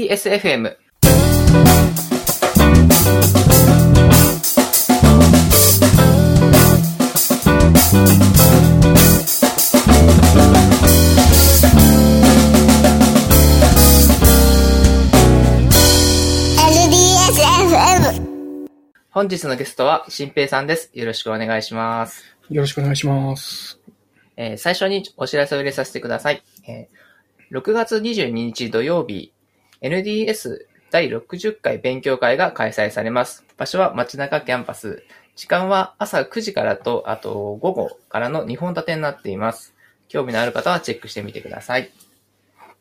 ｌdsfm LDSFM 本日のゲストは、新平さんです。よろしくお願いします。よろしくお願いします。 えー最初にお知らせを入れさせてください。えー6月22日土曜日、NDS 第60回勉強会が開催されます。場所は街中キャンパス。時間は朝9時からと、あと午後からの2本立てになっています。興味のある方はチェックしてみてください。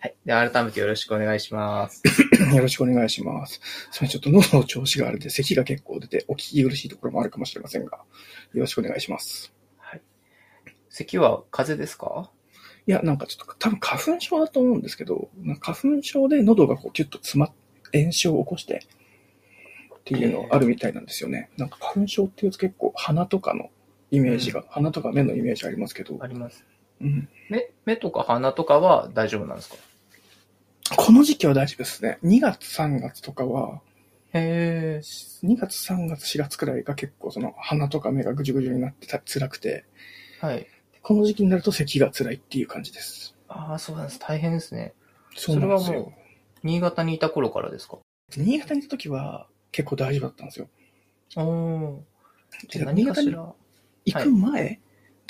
はい。では、改めてよろしくお願いします。よろしくお願いします。それちょっと喉の調子があれで、咳が結構出て、お聞き苦しいところもあるかもしれませんが、よろしくお願いします。咳は風邪ですかいや、なんかちょっと、多分花粉症だと思うんですけど、なんか花粉症で喉がこうキュッと詰まっ、炎症を起こして、っていうのあるみたいなんですよね。なんか花粉症っていうと結構鼻とかのイメージが、鼻とか目のイメージありますけどあ、ります。うん、目、目とか鼻とかは大丈夫なんですかこの時期は大丈夫ですね。2月3月とかは、へえ。 2月、3月、4月くらいが結構その鼻とか目がぐじゅぐじゅになってた辛くて、はい。この時期になると咳が辛いっていう感じです。ああ、そうなんです。大変ですね。そうなんですそれはよ。新潟にいた頃からですか新潟にいた時は結構大丈夫だったんですよ。おお。じゃあ何新か潟しにら行く前、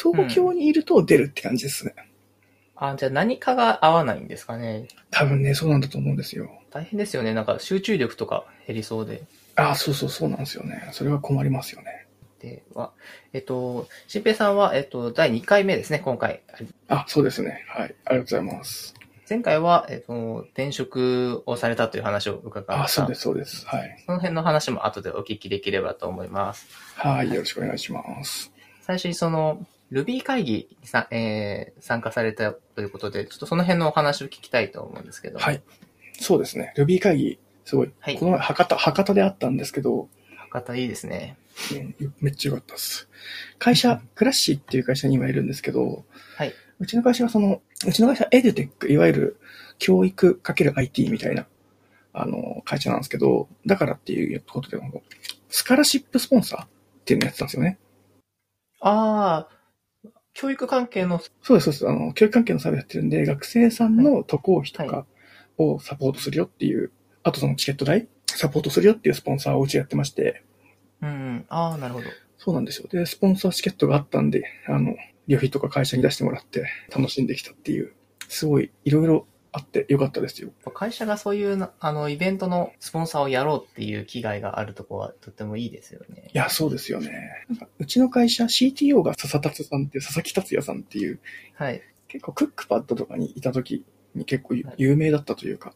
東京にいると出るって感じですね。あ、じゃあ何かが合わないんですかね。多分ね、そうなんだと思うんですよ。大変ですよね。なんか集中力とか減りそうで。ああ、そうそうそうなんですよね。それは困りますよね。では、えっと、新平さんは、えっと、第2回目ですね、今回。あ、そうですね。はい。ありがとうございます。前回は、えっと、転職をされたという話を伺った。あそうです、そうです。はい。その辺の話も後でお聞きできればと思います。はい。よろしくお願いします。最初にその Ruby 会議にさ、えー参加されたということで、ちょっとその辺のお話を聞きたいと思うんですけど。はい。そうですね。Ruby 会議、すごい。はいこの前、博多、博多であったんですけど、博多いいですね。うんめっちゃ良かったです。会社、クラッシーっていう会社に今いるんですけど、はい。うちの会社はその、うちの会社はエデュテック、いわゆる教育かける i t みたいな、あの、会社なんですけど、だからっていうことで、スカラシップスポンサーっていうのやってたんですよね。ああ、教育関係の、そうです、そうです。あの、教育関係のサービスやってるんで、学生さんの渡航費とかをサポートするよっていう、あとそのチケット代、サポートするよっていうスポンサーをうちやってまして、うん、ああ、なるほど。そうなんですよ。で、スポンサーチケットがあったんで、あの、旅費とか会社に出してもらって楽しんできたっていう、すごいいろいろあってよかったですよ。会社がそういうな、あの、イベントのスポンサーをやろうっていう気概があるとこはとてもいいですよねい。や、そうですよね。なんか、うちの会社 CTO が笹達さんっていう、佐々木達也さんっていう、はい。結構クックパッドとかにいた時に結構ゆはい有名だったというか、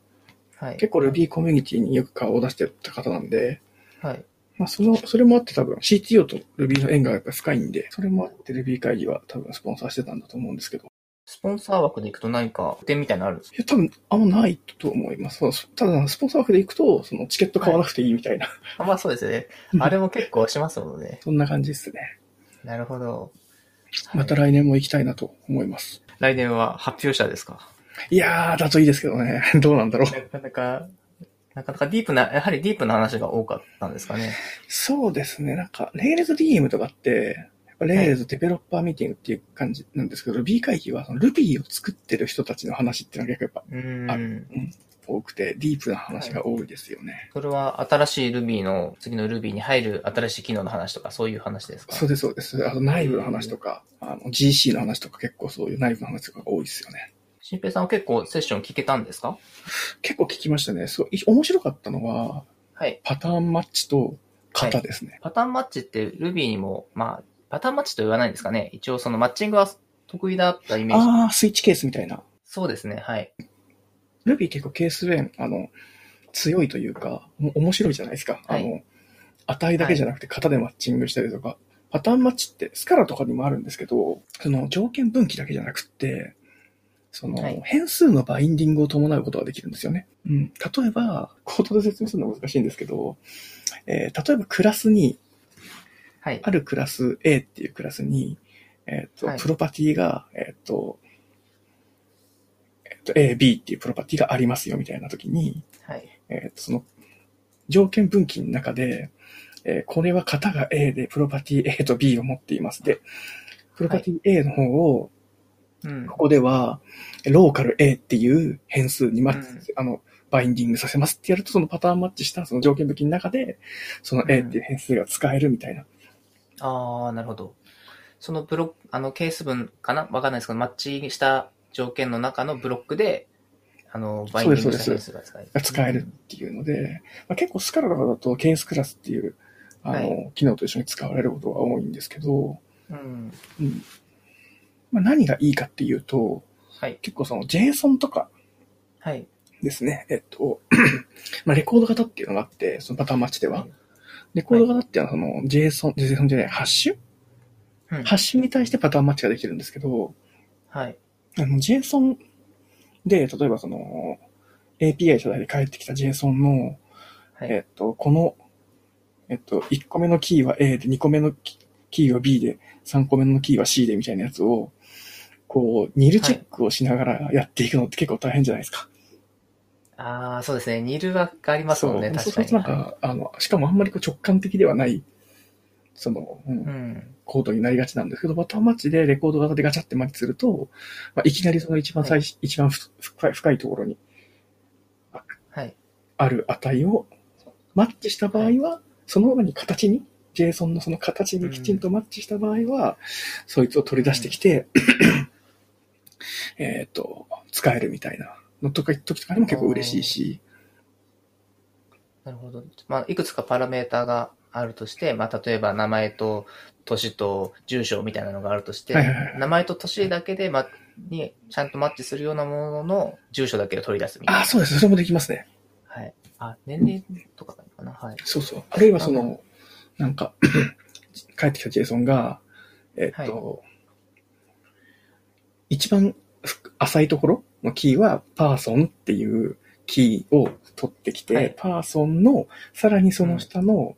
はい。結構 Ruby コミュニティによく顔を出してた方なんで、はい。まあ、その、それもあって多分 CTO と Ruby の縁がやっぱ深いんで、それもあって Ruby 会議は多分スポンサーしてたんだと思うんですけど、スポンサー枠で行くと何か、点みたいなのあるんですいや、多分、あんまないと思います。そうただ、スポンサー枠で行くと、そのチケット買わなくていいみたいな、かあまあそうですよね。あれも結構しますもんね。そんな感じですね。なるほど。はいまた来年も行きたいなと思います。来年は発表者ですかいやー、だといいですけどね。 どうなんだろう。なかなか、なかなかディープな、やはりディープな話が多かったんですかね。そうですね。なんか、レイルズ DM とかって、やっぱレイルズデベロッパーミーティングっていう感じなんですけど、B 会議はその Ruby を作ってる人たちの話っていうのが結構やっうーあん。ぱ多くて、ディープな話が多いですよね。それは新しい Ruby の、次の Ruby に入る新しい機能の話とか、そういう話ですかそうです、そうです。あと内部の話とか、あの GC の話とか結構そういう内部の話とかが多いですよね。新平さんは結構セッション聞けたんですか結構聞きましたね。すごい面白かったのは、はい。パターンマッチと型ですね。パターンマッチって Ruby にも、まあ、パターンマッチと言わないんですかね。一応そのマッチングは得意だったイメージ。ああ、スイッチケースみたいな。そうですね、はい。 Ruby 結構ケース弁、あの、強いというか、も面白いじゃないですか。はいあの、値だけじゃなくて型でマッチングしたりとか、パターンマッチってスカラとかにもあるんですけど、その条件分岐だけじゃなくって、その、はい変数のバインディングを伴うことができるんですよね。うん。例えば、コードで説明するのは難しいんですけど、えー例えばクラスにはい。あるクラス A っていうクラスに、えっ、と、はいプロパティが、えっ、と、えっ、と A、B っていうプロパティがありますよみたいな時に、はい。えーとその条件分岐の中で、えーこれは型が A で、プロパティ A と B を持っています。で、プロパティ A の方を、うんこ。こでは、ローカル A っていう変数にマッチさせあの、バインディングさせますってやると、そのパターンマッチしたその条件分岐の中で、その A っていう変数が使えるみたいな。ああ、なるほど。そのブロック、あの、ケース分かなわかんないですけど、マッチした条件の中のブロックで、あの、バインディングした変数が使える。が使えるっていうので、まあ、結構スカラとかだとケースクラスっていう、あの、機能と一緒に使われることが多いんですけど、うん。うん。うん。まあ、何がいいかっていうと、はい。結構その JSON とかはい。ですね、えっと、 まあレコード型っていうのがあって、そのパターンマッチでは。レコード型っていうのはその JSON、JSON じゃない、ハッシュうんハッシュに対してパターンマッチができるんですけど、はい。あの JSON で、例えばその API 初代で返ってきた JSON の、はい。えっと、この、えっと、1個目のキーは A で、2個目のキキーは B で、3個目のキーは C でみたいなやつを、こう、ニルチェックをしながらやっていくのって結構大変じゃないですか。ああ、そうですね。ニルがありますもんね、そ確うそかうに。そうなんか、あの、しかもあんまりこう直感的ではない、その、うんうん。コードになりがちなんですけど、バターマッチでレコード型でガチャってマッチすると、まあ、いきなりその一番最、一番ふ深い、深いところにはい。ある値をマッチした場合は、その上に形に、JSON のその形にきちんとマッチした場合は、そいつを取り出してきて、えっと、使えるみたいなのとか、時とかにも結構嬉しいし、なるほど。まあ、いくつかパラメーターがあるとして、まあ、例えば名前と年と住所みたいなのがあるとして、はいはいはい名前と年だけで、ま、にちゃんとマッチするようなものの住所だけを取り出すみたいあな。あ、そうです。それもできますね。はい。あ、年齢とかかな。はい。そうそう。あるいはそあの、なんか、 帰ってきた JSON が、えっと、一番ふ浅いところのキーは、パーソンっていうキーを取ってきて、はいパーソンの、さらにその下の、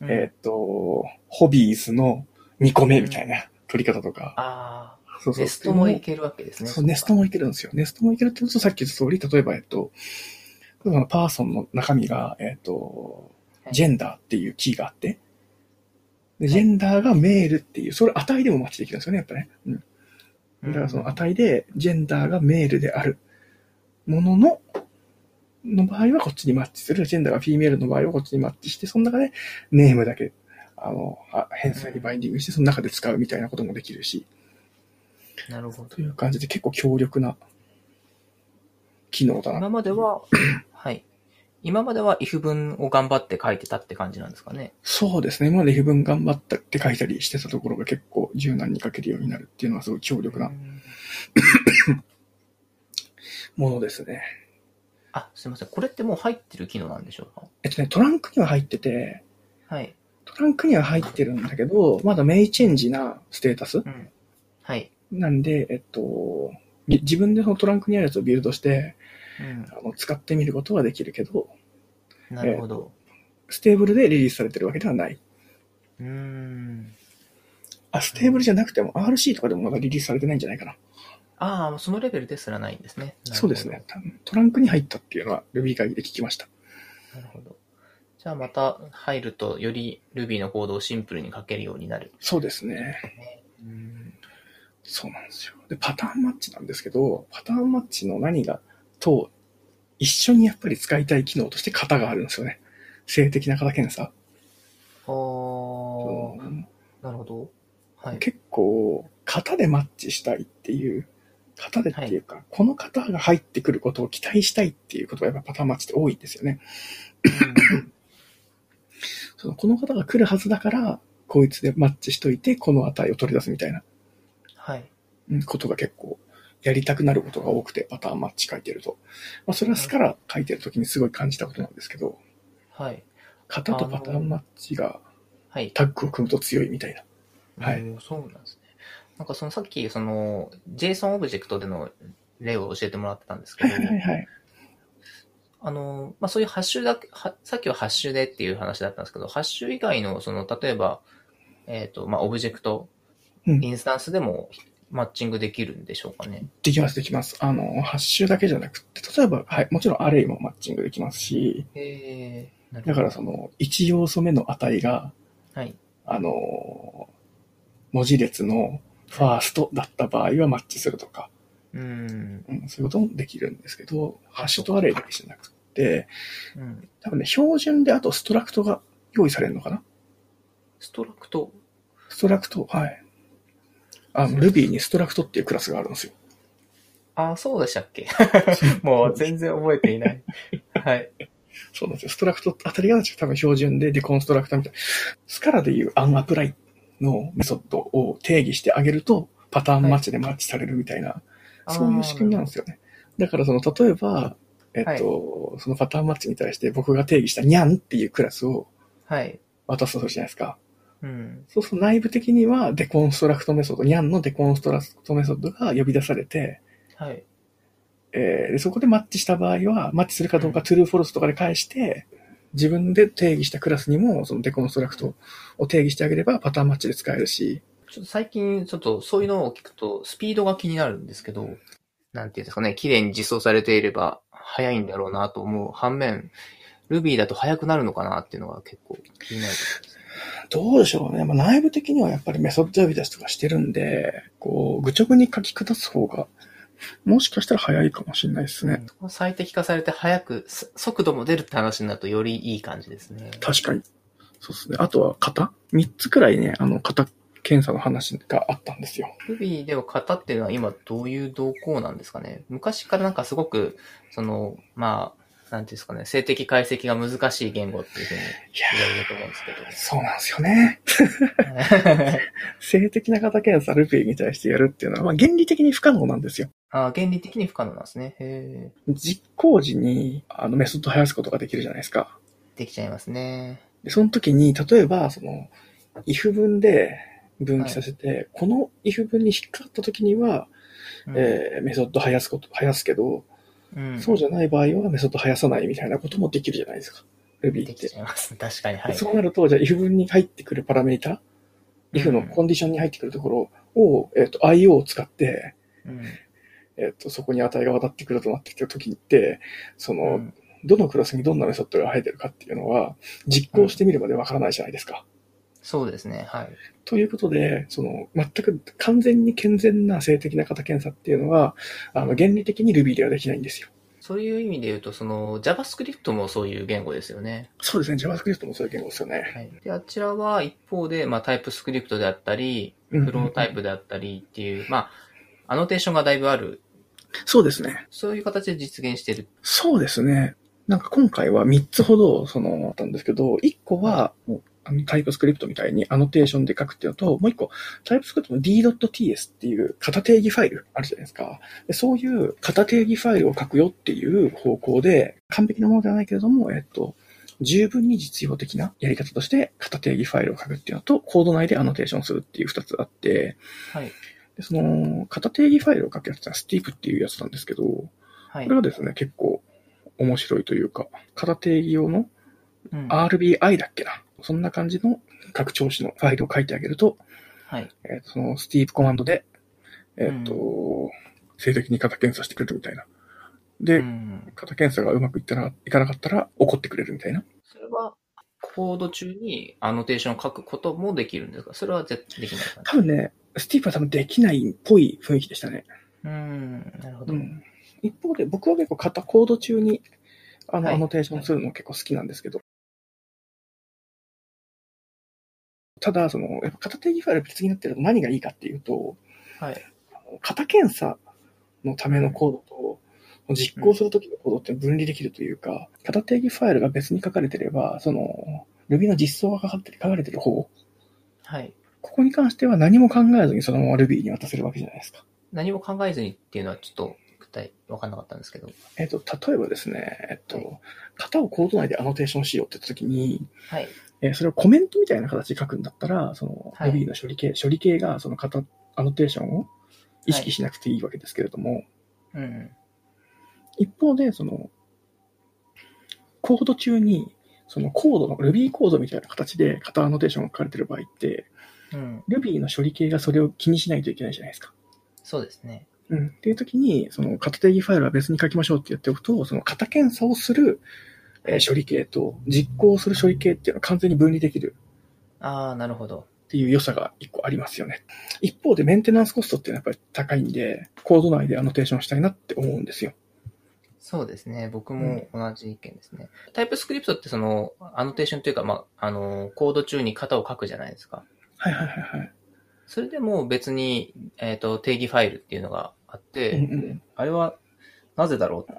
うんえっと、ホビーズの2個目みたいな取り方とか、ああ、そうそうネストもいけるわけですね。そう、ネストもいけるんですよ。ネストもいけるって言うと、さっき言った通り、例えば、えっと、例えばパーソンの中身が、えっとは、いジェンダーっていうキーがあって、でジェンダーがメールっていう、それ値でもマッチできるんですよね、やっぱね。うん。うんだからその値で、ジェンダーがメールであるものの、の場合はこっちにマッチする。ジェンダーがフィメールの場合はこっちにマッチして、その中でネームだけ、あの、あ変数にバインディングして、その中で使うみたいなこともできるし。なるほどと。いう感じで結構強力な機能だな。今まで は、はい。今までは if 文を頑張って書いてたって感じなんですかね。そうですね。今まで if 文頑張ったって書いたりしてたところが結構柔軟に書けるようになるっていうのはすごい強力うなんものですね。あ、すいません。これってもう入ってる機能なんでしょうかえっとね、トランクには入ってて、はい。トランクには入ってるんだけど、まだメイチェンジなステータスうん。はい。なんで、えっと、ぎ自分でそのトランクにあるやつをビルドして、うあの使ってみることはできるけど、ん。なるほど。ステーブルでリリースされてるわけではない。うーん。あ、ステーブルじゃなくても RC とかでもまだリリースされてないんじゃないかな。ああ、そのレベルですらないんですね。なるそほうどですね。。多分トランクに入ったっていうのは Ruby 会議で聞きました。なるほど。じゃあまた入ると、より Ruby のコードをシンプルに書けるようになる。そうですね。うん。そうなんですよ。で、パターンマッチなんですけど、パターンマッチの何が、と、一緒にやっぱり使いたい機能として型があるんですよね。性的な型検査。おーうんなるほど。はい。結構、型でマッチしたいっていう、型でっていうか、この型が入ってくることを期待したいっていうことがやっぱパターンマッチって多いんですよね。そのこの型が来るはずだから、こいつでマッチしといて、この値を取り出すみたいな。はい。うんことが結構やりたくなることが多くて、パターンマッチ書いてると。まあ、それはスカラ書いてるときにすごい感じたことなんですけど、はい。型とパターンマッチがはい。タッグを組むと強いみたいな。はいうんそうなんですね。なんかそのさっき、その JSON オブジェクトでの例を教えてもらってたんですけはいど、はいはい。あの、まあ、そういうハッシュだけ、はさっきはハッシュでっていう話だったんですけど、ハッシュ以外の、その、例えば、えっ、と、まあ、オブジェクト、うんインスタンスでも、マッチングできるんでしょうかね。できます、できます。あの、発集だけじゃなくて、例えば、はい、もちろんアレイもマッチングできますし、へえ。だからその、1要素目の値が、はい。あの、文字列のファーストだった場合はマッチするとか、うん。うん、そういうこともできるんですけど、ハッシュとアレイだけじゃなくて、うん。多分ね、標準であとストラクトが用意されるのかなストラクト。ストラクト、はい。あの、Ruby にストラクトっていうクラスがあるんですよ。ああ、そうでしたっ けもう全然覚えていない。はい。そうなんですよ。ストラクトあたりが多分標準でデコンストラクターみたいな。スカラでいうアンアプライのメソッドを定義してあげると、パターンマッチでマッチされるみたいな、 そういう仕組みなんあですよね。だからその、例えば、えっと、はいそのパターンマッチに対して僕が定義したニャンっていうクラスをーはい。渡すとするじゃないですか。うん。そうすると内部的にはデコンストラクトメソッド、ニャンのデコンストラクトメソッドが呼び出されて、はい。えーでそこでマッチした場合は、マッチするかどうか、トゥルーフォルスとかで返して、自分で定義したクラスにも、そのデコンストラクトを定義してあげれば、パターンマッチで使えるし、ちょっと最近、ちょっとそういうのを聞くと、スピードが気になるんですけど、なんていうんですかね、綺麗に実装されていれば早いんだろうなと思う。反面、Ruby だと早くなるのかなっていうのが結構気になるところですね。どうでしょうね。まあ、内部的にはやっぱりメソッド呼び出しとかしてるんで、こう、愚直に書き下す方が、もしかしたら早いかもしれないですね。そこが最適化されて早く、そ速度も出るって話になるとよりいい感じですね。確かに。そうですね。あとは型 ?3 つくらいね、あの、型検査の話があったんですよ。 Ruby では型っていうのは今どういう動向なんですかね昔からなんかすごく、その、まあ、なんていうんですかね、性的解析が難しい言語っていうふうにいや言われると思うんーそうなんですよね。です けど。性的な型検査ルビーに対してやるっていうのは、まあ、原理的に不可能なんですよ。あ原理的に不可能なんですね。へー実行時に、あの、メソッド生やすことができるじゃないですか。できちゃいますね。で、その時に、例えば、その、if 文で分岐させて、この if 文に引っかかった時には、うんえーメソッド生やすこと、生やすけど、うんそうじゃない場合はメソッド生やさないみたいなこともできるじゃないですか。Ruby でっきて。ちゃいます。確かに、はい。そうなると、じゃあ if 文に入ってくるパラメータ、if のコンディションに入ってくるところを、えっ、と、IO を使って、うんえっと、そこに値が渡ってくるとなってきた時って、その、うんどのクラスにどんなメソッドが入ってるかっていうのは、実行してみるまでわからないじゃないですか。そうですね、はい。ということで、その、全く完全に健全な性的な型検査っていうのは、あの、原理的に Ruby ではできないんですよ。そういう意味で言うと、その JavaScript もそういう言語ですよね。そうですね、JavaScript もそういう言語ですよね。はい、であちらは一方で、まあ、タイプスクリプトであったり、うんフロータイプであったりっていう、まあ、アノテーションがだいぶある、そうですね。そういう形で実現してる。そうですね。なんか今回は3つほど、その、あったんですけど、1個は、もうあのタイプスクリプトみたいにアノテーションで書くっていうのと、もう1個、タイプスクリプトの d.ts っていう型定義ファイルあるじゃないですか。でそういう型定義ファイルを書くよっていう方向で、完璧なものではないけれども、えっと、十分に実用的なやり方として、型定義ファイルを書くっていうのと、コード内でアノテーションするっていう2つあって、はい。でその、型定義ファイルを書くやつはスティープっていうやつなんですけど、はいこれ。はですね、結構面白いというか、型定義用のうん、 RBI だっけな。そんな感じの拡張子のファイルを書いてあげると、はい。えーそのスティープコマンドで、えっ、と、う性的に型検査してくれるみたいな。で、うん。型検査がうまくいったら、いかなかったら怒ってくれるみたいな。それは、コード中にアノテーションを書くこともできるんですかそれは絶できないかな多分ね、スティープは多分できないっぽい雰囲気でしたね。うん、なるほど。うん。一方で、僕は結構型コード中に、あの、はいアノテーションするの結構好きなんですけど。ただ、その、やっぱ型定義ファイル別になってると何がいいかっていうと、はい。型検査のためのコードと、実行するときのコードって分離できるというか、型定義ファイルが別に書かれてれば、その、Ruby の実装が書かれてる書かれてる方、はい。ここに関しては何も考えずにそのまま Ruby に渡せるわけじゃないですか。何も考えずにっていうのはちょっと具体、わかんなかったんですけど。えっと、例えばですね、えっと、はい型をコード内でアノテーションしようって言ったときに、はい。えーそれをコメントみたいな形で書くんだったら、そのはい Ruby の処理系、処理系がその型、アノテーションを意識しなくていいわけですけれども、うん。一方で、その、コード中に、そのコードの、Ruby コードみたいな形で型アノテーションが書かれてる場合って、うん。 Ruby の処理系がそれを気にしないといけないじゃないですか。そうですね。うん、っていう時に、その型定義ファイルは別に書きましょうってやっておくと、その型検査をする、えー処理系と実行する処理系っていうのは完全に分離できるああ、なるほど。っていう良さが一個ありますよね。一方でメンテナンスコストっていうのはやっぱり高いんで、コード内でアノテーションしたいなって思うんですよ。そうですね。僕も同じ意見ですね。タイプスクリプトってその、アノテーションというか、まあ、あの、コード中に型を書くじゃないですか。はいはいはいはい。それでもう別に、えっ、と、定義ファイルっていうのがあって、うんうんあれは、なぜだろう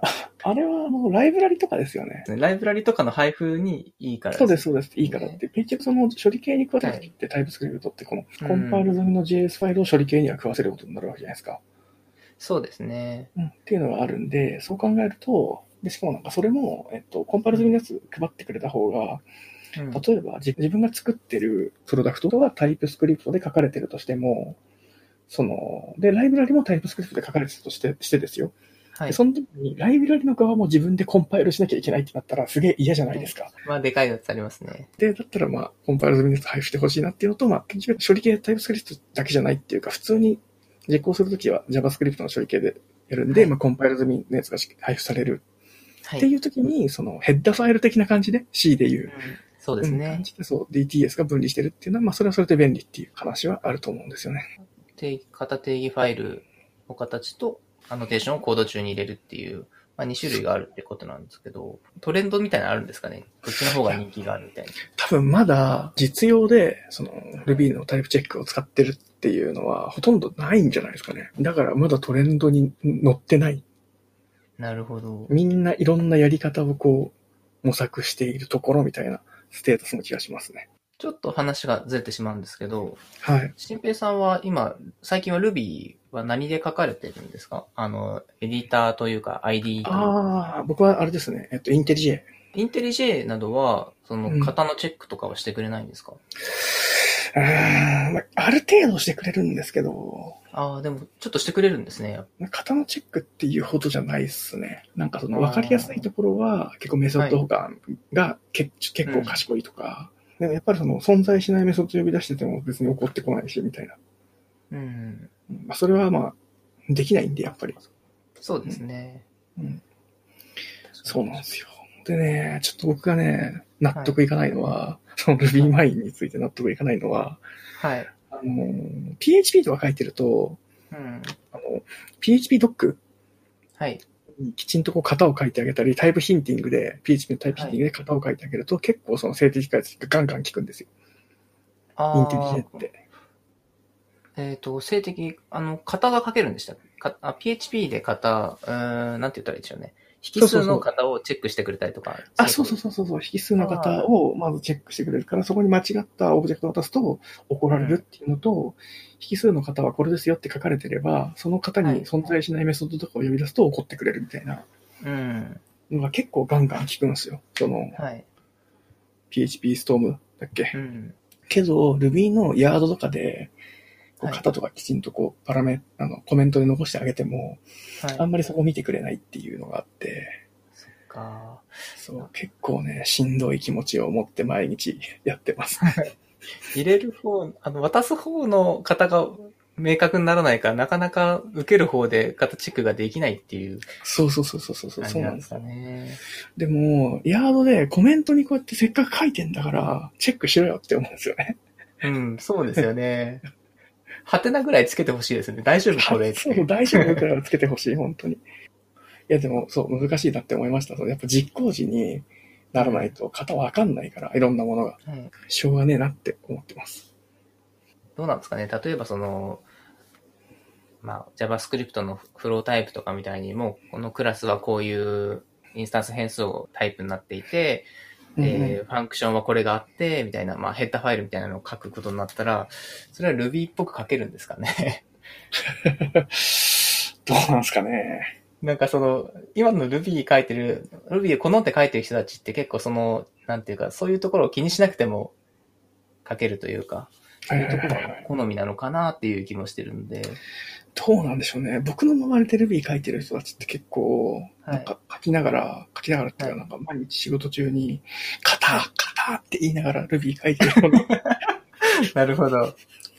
あれはあのライブラリとかですよね。ライブラリとかの配布にいいからそうです、す。そうです。いいからって。結局その処理系に加えた時ってタイプスクリプトってこのうんコンパイル済みの JS ファイルを処理系には食わせることになるわけじゃないですか。そうですね。うん、っていうのがあるんで、そう考えると、で、しかもなんかそれも、えっと、コンパイル済みのやつ配ってくれた方が、うん例えばじ自分が作ってるプロダクトがタイプスクリプトで書かれてるとしても、その、で、ライブラリもタイプスクリプトで書かれてるとして、してですよ。はでい。その時に、ライブラリの側も自分でコンパイルしなきゃいけないってなったら、すげえ嫌じゃないですか。まあ、でかいやつありますね。で、だったらまあ、コンパイル済みのやつ配布してほしいなっていうのと、まあ、結局処理系タイプスクリプトだけじゃないっていうか、普通に実行するときは JavaScript の処理系でやるんで、はいまあ、コンパイル済みのやつが配布されるはい。ってういんう時に、そのヘッダーファイル的な感じで C でいう、そうですうんね感。じでそう DTS が分離してるっていうのは、まあそれはそれで便利っていう話はあると思うんですよね。定義、型定義ファイルの形と、アノテーションをコード中に入れるっていう、まあ、2種類があるってことなんですけど、トレンドみたいなのあるんですかねどっちの方が人気があるみたいな。多分まだ実用で、その Ruby のタイプチェックを使ってるっていうのはほとんどないんじゃないですかね。だからまだトレンドに乗ってない。 なるほど。みんないろんなやり方をこう模索しているところみたいなステータスの気がしますね。ちょっと話がずれてしまうんですけど、はい。新平さんは今、最近は Ruby は何で書かれてるんですかあの、エディターというか ID というか。ああ、僕はあれですね。えっと、インテリジェインテリ J などは、そうの、ん型のチェックとかはしてくれないんですか、うーんまあある程度してくれるんですけど、ああ、でも、ちょっとしてくれるんですね。型のチェックっていうほどじゃないっすね。なんかそのあー分かりやすいところは結構メソッド保管がけ、結構賢いとか、でもやっぱりその存在しないメソッド呼び出してても別に怒ってこないしみたいな。うん。うんまあ、それはまあできないんでやっぱり。そうですね。うん、そうなんですよ。でね、ちょっと僕がね、納得いかないのは、その Ruby Mine について納得いかないのは、はい。あのー、PHP とか書いてると、うん。あの、PHP ドックはい。きちんとこう型を書いてあげたり、タイプヒンティングで、PHP のタイプヒンティングで型を書いてあげると、結構その静的解析がガンガン効くんですよ。インあテリジェあ、って。えっ、と、性的、あの、型が書けるんでしたっけかあ PHP で型、うーん、なんて言ったらいいでしょうね。そ引うそう数そうの型をチェックしてくれたりとか。あ、そうそううそうそうそう、引数の型をまずチェックしてくれるから、そこに間違ったオブジェクトを渡すと怒られるっていうのと、引数の型はこれですよって書かれてれば、その型に存在しないメソッドとかを呼び出すと怒ってくれるみたいなそう。うん。のが結構ガンガン効くんですよ。そのはい。 PHP Storm だっけうん。けど、Ruby のヤードとかで、こうはい型とかきちんとこう、パラメ、あの、コメントで残してあげても、はい。あんまりそこ見てくれないっていうのがあって、そっか。そう、結構ね、しんどい気持ちを持って毎日 やってます。入れる方、あの、渡す方の型が明確にならないから、なかなか受ける方で型チェックができないっていうそうそうそうそうそうそう、感そじうななんでんですかすよ。ね。でも、ヤードでコメントにこうやってせっかく書いてんだから、チェックしろよって思うんですよね。うん、そうですよね。はてなぐらいつけてほしいですね。大丈夫 これって。 そう、大丈夫くらいはつけてほしい、本当に。いや、でも、そう、難しいなって思いました。そうやっぱ実行時にならないと、型わかんないから、いろんなものが。はいしょうがねえなって思ってます。どうなんですかね。例えばその、まあ、JavaScript のフロータイプとかみたいにもう、このクラスはこういうインスタンス変数をタイプになっていて、えーファンクションはこれがあって、みたいな、まあ、ヘッダーファイルみたいなのを書くことになったら、それは Ruby っぽく書けるんですかね。 どうなんですかね。なんかその、今の Ruby 書いてる、Ruby を好んで書いてる人たちって結構その、なんていうか、そういうところを気にしなくても書けるというか、そういうところが好みなのかなっていう気もしてるんで、どうなんでしょうね。僕の周りで Ruby 書いてる人たちって結構、はい なんか書きながら、書きながらっていうはか、いなんか毎日仕事中に、 カターカターって言いながら Ruby 書いてるような、なるほど。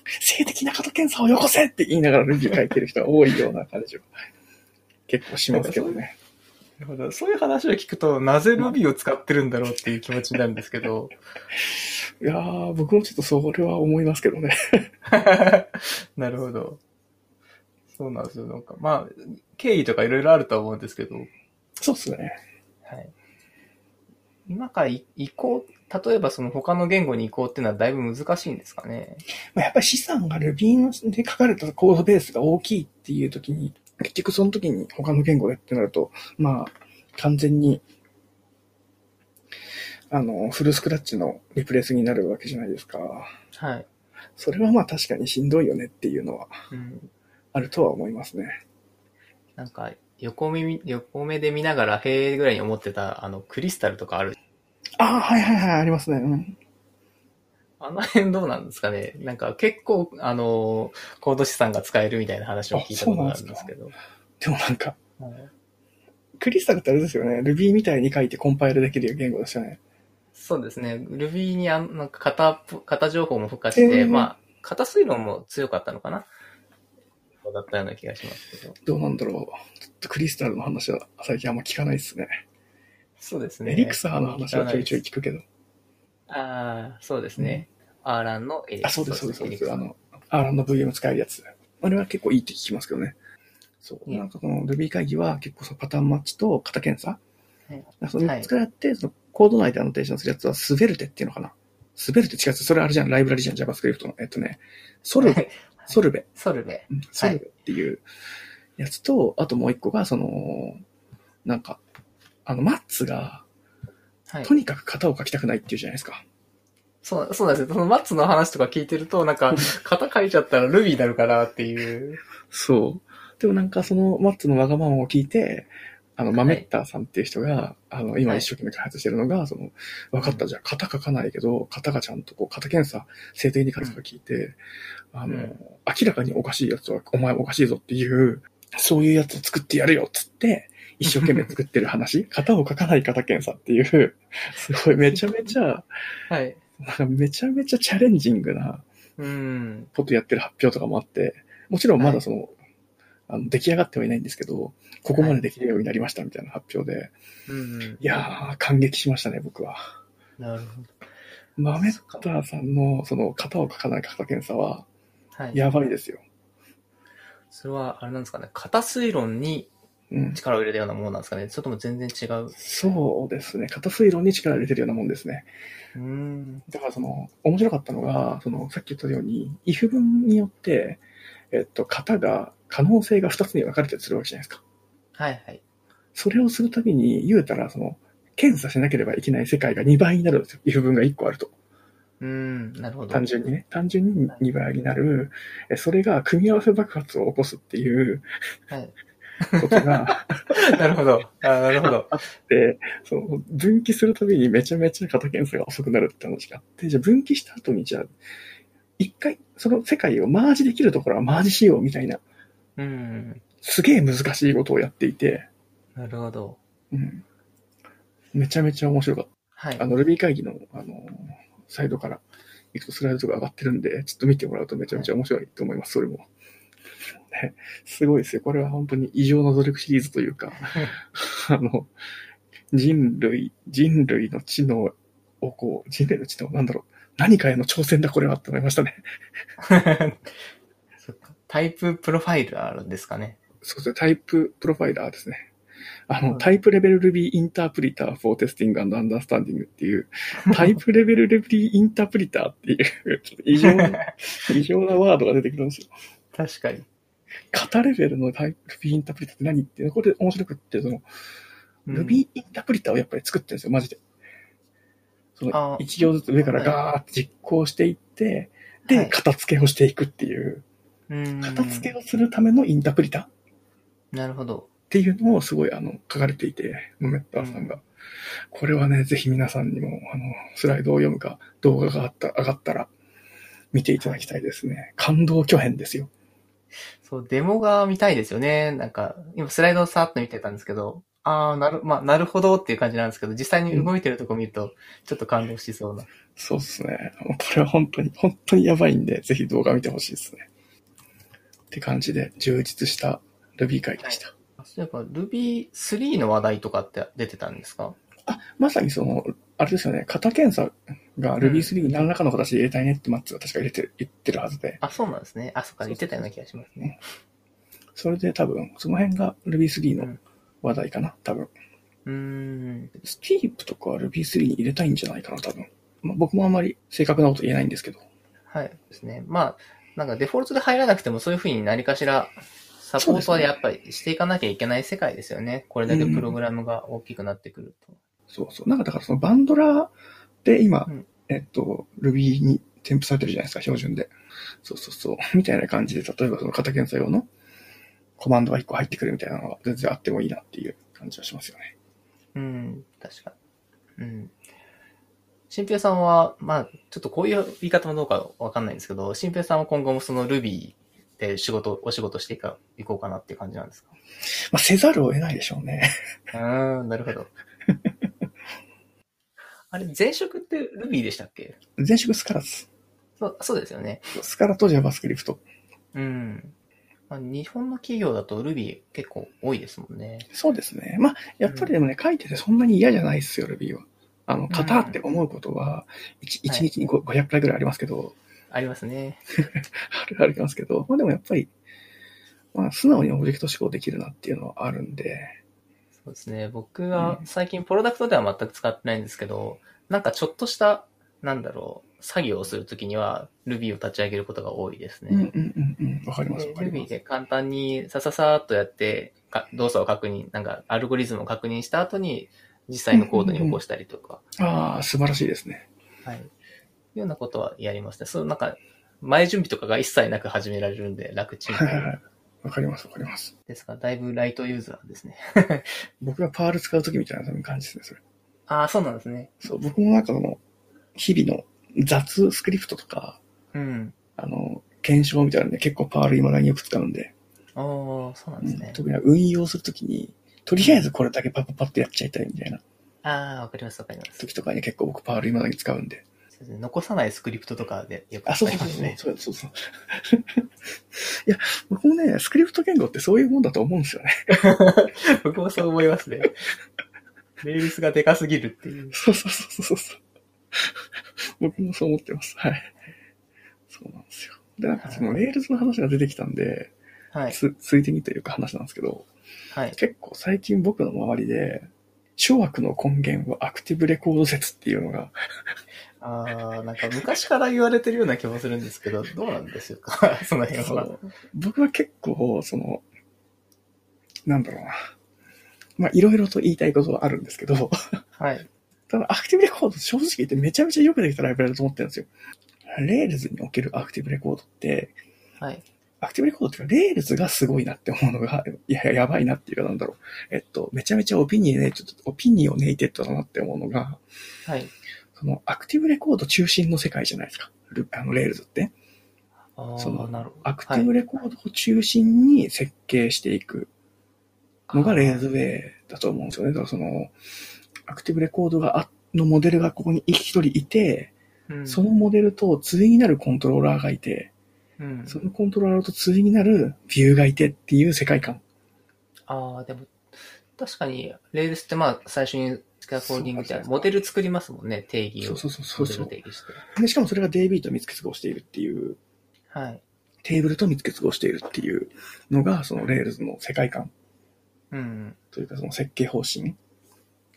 せ定的なこと検査をよこせって言いながらルビー書いてる人が多いような感じは結構しますけどね。なるほどそういう話を聞くと、なぜ Ruby を使ってるんだろうっていう気持ちになるんですけど。 いやー、僕もちょっとそれは思いますけどね。なるほど。そうなんですよ。なんか、まあ、経緯とかいろいろあるとは思うんですけど。そうっすね。はい。今からい移行、例えばその他の言語に移行っていうのはだいぶ難しいんですかね。まあ、やっぱり資産が Ruby ので書かれたコードベースが大きいっていう時に、結局その時に他の言語でってなると、まあ、完全に、あの、フルスクラッチのリプレイスになるわけじゃないですか。はい。それはまあ確かにしんどいよねっていうのはうん。あるとは思いますね。なんか、横耳、横目で見ながら、へえぐらいに思ってた、あの、クリスタルとかある。ああ、はいはいはい、ありますね。うん。あの辺どうなんですかね。なんか結構、あの、コード資産が使えるみたいな話を聞いたことがあるんですけど。でもなんか、はいクリスタルってあれですよね。Ruby みたいに書いてコンパイルできる言語ですよね。そうですね。Ruby にあんなんか型っぽ、型情報も付加して、えーまあ、型推論も強かったのかなだったような気がしますけど。どうなんだろう。ちょっとクリスタルの話は最近あんま聞かないですね。そうですね。エリクサーの話はちょいちょい聞くけど。ああ、そうですね。アーランのエリあ、そうです、そうです、そうでエす。リあクの、R の VM 使えるやつ。あれは結構いいって聞きますけどね。そうう。んなんかこの Ruby 会議は結構そのパターンマッチと型検査。はいなんかその3つからやって、そのコード内でアノテーションするやつは、スベルテっていうのかな。スベルテ違う、それあれじゃん、ライブラリじゃん、JavaScript の。えっとね、ソルはベ、ソルベ。 ソルベ。うんソルベっていうやつと、あともう一個が、その、なんか、あの、マッツが、はいと。にかく型を書きたくないっていうじゃないですか。そう、そうなんですよ。そのマッツの話とか聞いてると、 なんか、型書いちゃったら Ruby になるかなっていう。そう。でもなんかそのマッツのわがままを聞いて、あの、マメッターさんっていう人が、あの、今はい一生懸命開発してるのが、その、分かった、じゃあ型書かないけど、型がちゃんとこう、型検査、制定に型が聞いて、あの、うん明らかにおかしいやつは、お前おかしいぞっていう、そういうやつを作ってやるよっつって、一生懸命作って る話、型を書かない型検査っていう、すごいめちゃめちゃ、はい。なんかめちゃめちゃチャレンジングなうん。ことやってる発表とかもあって、もちろんまだその、あの出来上がってはいないんですけど、ここまでできるようになりましたみたいな発表で、い、うん。やー、感激しましたね、僕は。なるほど。マメッターさんのその型を書かない型検査は、はい。やばいですよ。それは、あれなんですかね。型推論にうん。力を入れたようなものなんですかね。それとも全然違う。そうですね。型推論に力を入れてるようなもんですね。うん。だからその、面白かったのが、その、さっき言ったように、if 文によって、えっと、型が、可能性が2つに分かれてするわけじゃないですか。はいはい。それをするときに、言うたら、その、検査しなければいけない世界が2倍になるんですよ。if 文が1個あると。うん。なるほど。単純にね。単純に2倍になる。えそれが組み合わせ爆発を起こすっていうはい。 ことがあなるほど。あーなるほど。って、その分岐するたびにめちゃめちゃ型検査が遅くなるって話があって、じゃあ分岐した後に、じゃあ、一回、その世界をマージできるところはマージしようみたいな、うん。すげえ難しいことをやっていて、なるほど。うん。めちゃめちゃ面白かった。はいあ。の、Ruby 会議の、あの、サイドから、いくとスライドとか上がってるんで、ちょっと見てもらうとめちゃめちゃ面白いと思います、それも。ね、すごいですよ。これは本当に異常な努力シリーズというか、あの、人類、人類の知能をこう、人類の知能、なんだろう、何かへの挑戦だ、これはって思いましたね。 そっかタイププロファイルあるんですかね。そうですね、タイププロファイラーですね。あの、うんタイプレベル Ruby インタープリター for testing and understanding っていう、タイプレベル Ruby インタープリターって いう、ちょっと 異常な異常なワードが出てくるんですよ。確かに。型レベルのタイプ Ruby インタープリターって何っていうのこれ面白くって、その、うん Ruby インタープリターをやっぱり作ってるんですよ、マジで。そあの、一行ずつ上からガーって実行していって、で、はい片付けをしていくっていう、うん片付けをするためのインタープリターっなるほど。ていうのをすごい、あの、書かれていて、モメッターさんが。これはね、ぜひ皆さんにも、あの、スライドを読むか、動画があった、上がったら、見ていただきたいですね。感動巨編ですよ。そう、デモが見たいですよね。なんか、今スライドをさーっと見てたんですけど、ああ、なる、まあ、なるほどっていう感じなんですけど、実際に動いてるとこ見ると、ちょっと感動しそうな。そうですね。これは本当に、本当にやばいんで、ぜひ動画見てほしいですね。って感じで、充実した Ruby 会でした。そういえば Ruby3 の話題とかって出てたんですかあ、まさにその、あれですよね、型検査が Ruby3 に何らかの形で入れたいねってマッツが確か入れて、言ってるはずで、あ、そうなんですね。あ、そっか、そうそ言うってたような気がしますね。それで多分、その辺が Ruby3 うのん話題かな、多分。うーん。スティープとか Ruby3 に入れたいんじゃないかな、多分。まあ、僕もあんまり正確なこと言えないんですけど。はい。ですね。まあ、なんかデフォルトで入らなくてもそういうふうに何かしらサポートはやっぱりしていかなきゃいけない世界ですよね。これだけプログラムが大きくなってくると。そうそう。なんかだからそのバンドラーで今、うんえっと、Ruby に添付されてるじゃないですか、標準で。そうそうそう。 みたいな感じで、例えばその型検査用のコマンドが1個入ってくるみたいなのが全然あってもいいなっていう感じはしますよね。うん、確かに。うん。新平さんは、まあ、ちょっとこういう言い方もどうかわかんないんですけど、新平さんは今後もその Ruby で仕事、お仕事していかいこうかなっていう感じなんですかまあ、せざるを得ないでしょうね。 うーん、なるほど。 あれ、前職って Ruby でしたっけ前職スカラス。そうそうですよね。スカラと JavaScript。うん。まあ、日本の企業だと Ruby 結構多いですもんね。そうですね。まあ、やっぱりでもね、書いててそんなに嫌じゃないですよ、Ruby は。あの、型って思うことは、1, はい日に500回ぐらいありますけど、ありますね。あるありますけど、まあでもやっぱり、まあ素直にオブジェクト思考できるなっていうのはあるんで、そうですね。僕は最近プロダクトでは全く使ってないんですけど、なんかちょっとした、なんだろう、作業をするときには Ruby を立ち上げることが多いですうんね。うんうんうん、わかりますでわかり Ruby ます。で簡単にさささーっとやって、か動作を確認、なんかアルゴリズムを確認した後に実際のコードに起こしたりとか、ああ、素晴らしいですね。はい。いうようなことはやりますね。そう、なんか、前準備とかが一切なく始められるんで楽ちんはいはいはい。わかりますわかります。ですが、だいぶライトユーザーですね。僕がパール使うときみたいな多分感じですね、それ。ああ、そうなんですね。そう、僕もなんかその、日々の雑スクリプトとか、うん。あの、検証みたいなのね、結構パール今何よく使うんで、ああ、そうなんですねうん。特に運用するときに、とりあえずこれだけパッパッパッとやっちゃいたいみたいなああ、わかりますわかります。時とかに結構僕パール今何使うんで、そうですね残さないスクリプトとかでよくあ、そうそうそう使いますね。そうそうそう。 いや、僕もね、スクリプト言語ってそういうもんだと思うんですよね。 僕もそう思いますね。レールスがでかすぎるっていう。そうそうそうそうそう。僕もそう思ってます。はい。そうなんですよ。で、なんかその、レールズの話が出てきたんで、はい。つ、ついてみというか話なんですけど、はい。結構最近僕の周りで、諸悪の根源はアクティブレコード説っていうのが、ああ、なんか昔から言われてるような気もするんですけど、どうなんでしょうか その辺そは。う僕は結構、その、なんだろうな。まあ、いろいろと言いたいことはあるんですけど、はい。ただ、アクティブレコード、正直言ってめちゃめちゃよくできたライブラリだと思ってるんですよ。レールズにおけるアクティブレコードって、はい。アクティブレコードっていうか、レールズがすごいなって思うのが、いや、やばいなっていうか、なんだろう。えっと、めちゃめちゃオピニオネイテッド、オピニオネイテッドだなって思うのが、はい。その、アクティブレコード中心の世界じゃないですか。ルあの、レールズって。あそのあ、なるほど。アクティブレコードを中心に設計していくのがレーズウェイだと思うんですよね。だからその、アクティブレコードがあ、のモデルがここに一人いて、うんそのモデルと対になるコントローラーがいて、うんそのコントローラーと対になるビューがいてっていう世界観。ああ、でも、確かに、レールスってまあ、最初にスキャフォーディングみたいな、モデル作りますもんね、定義そを。うそうそうそうそモうデルを定義して。で。しかもそれが DB と密結合しているっていう、はい。テーブルと密結合しているっていうのが、そのレールズの世界観うん。というかその設計方針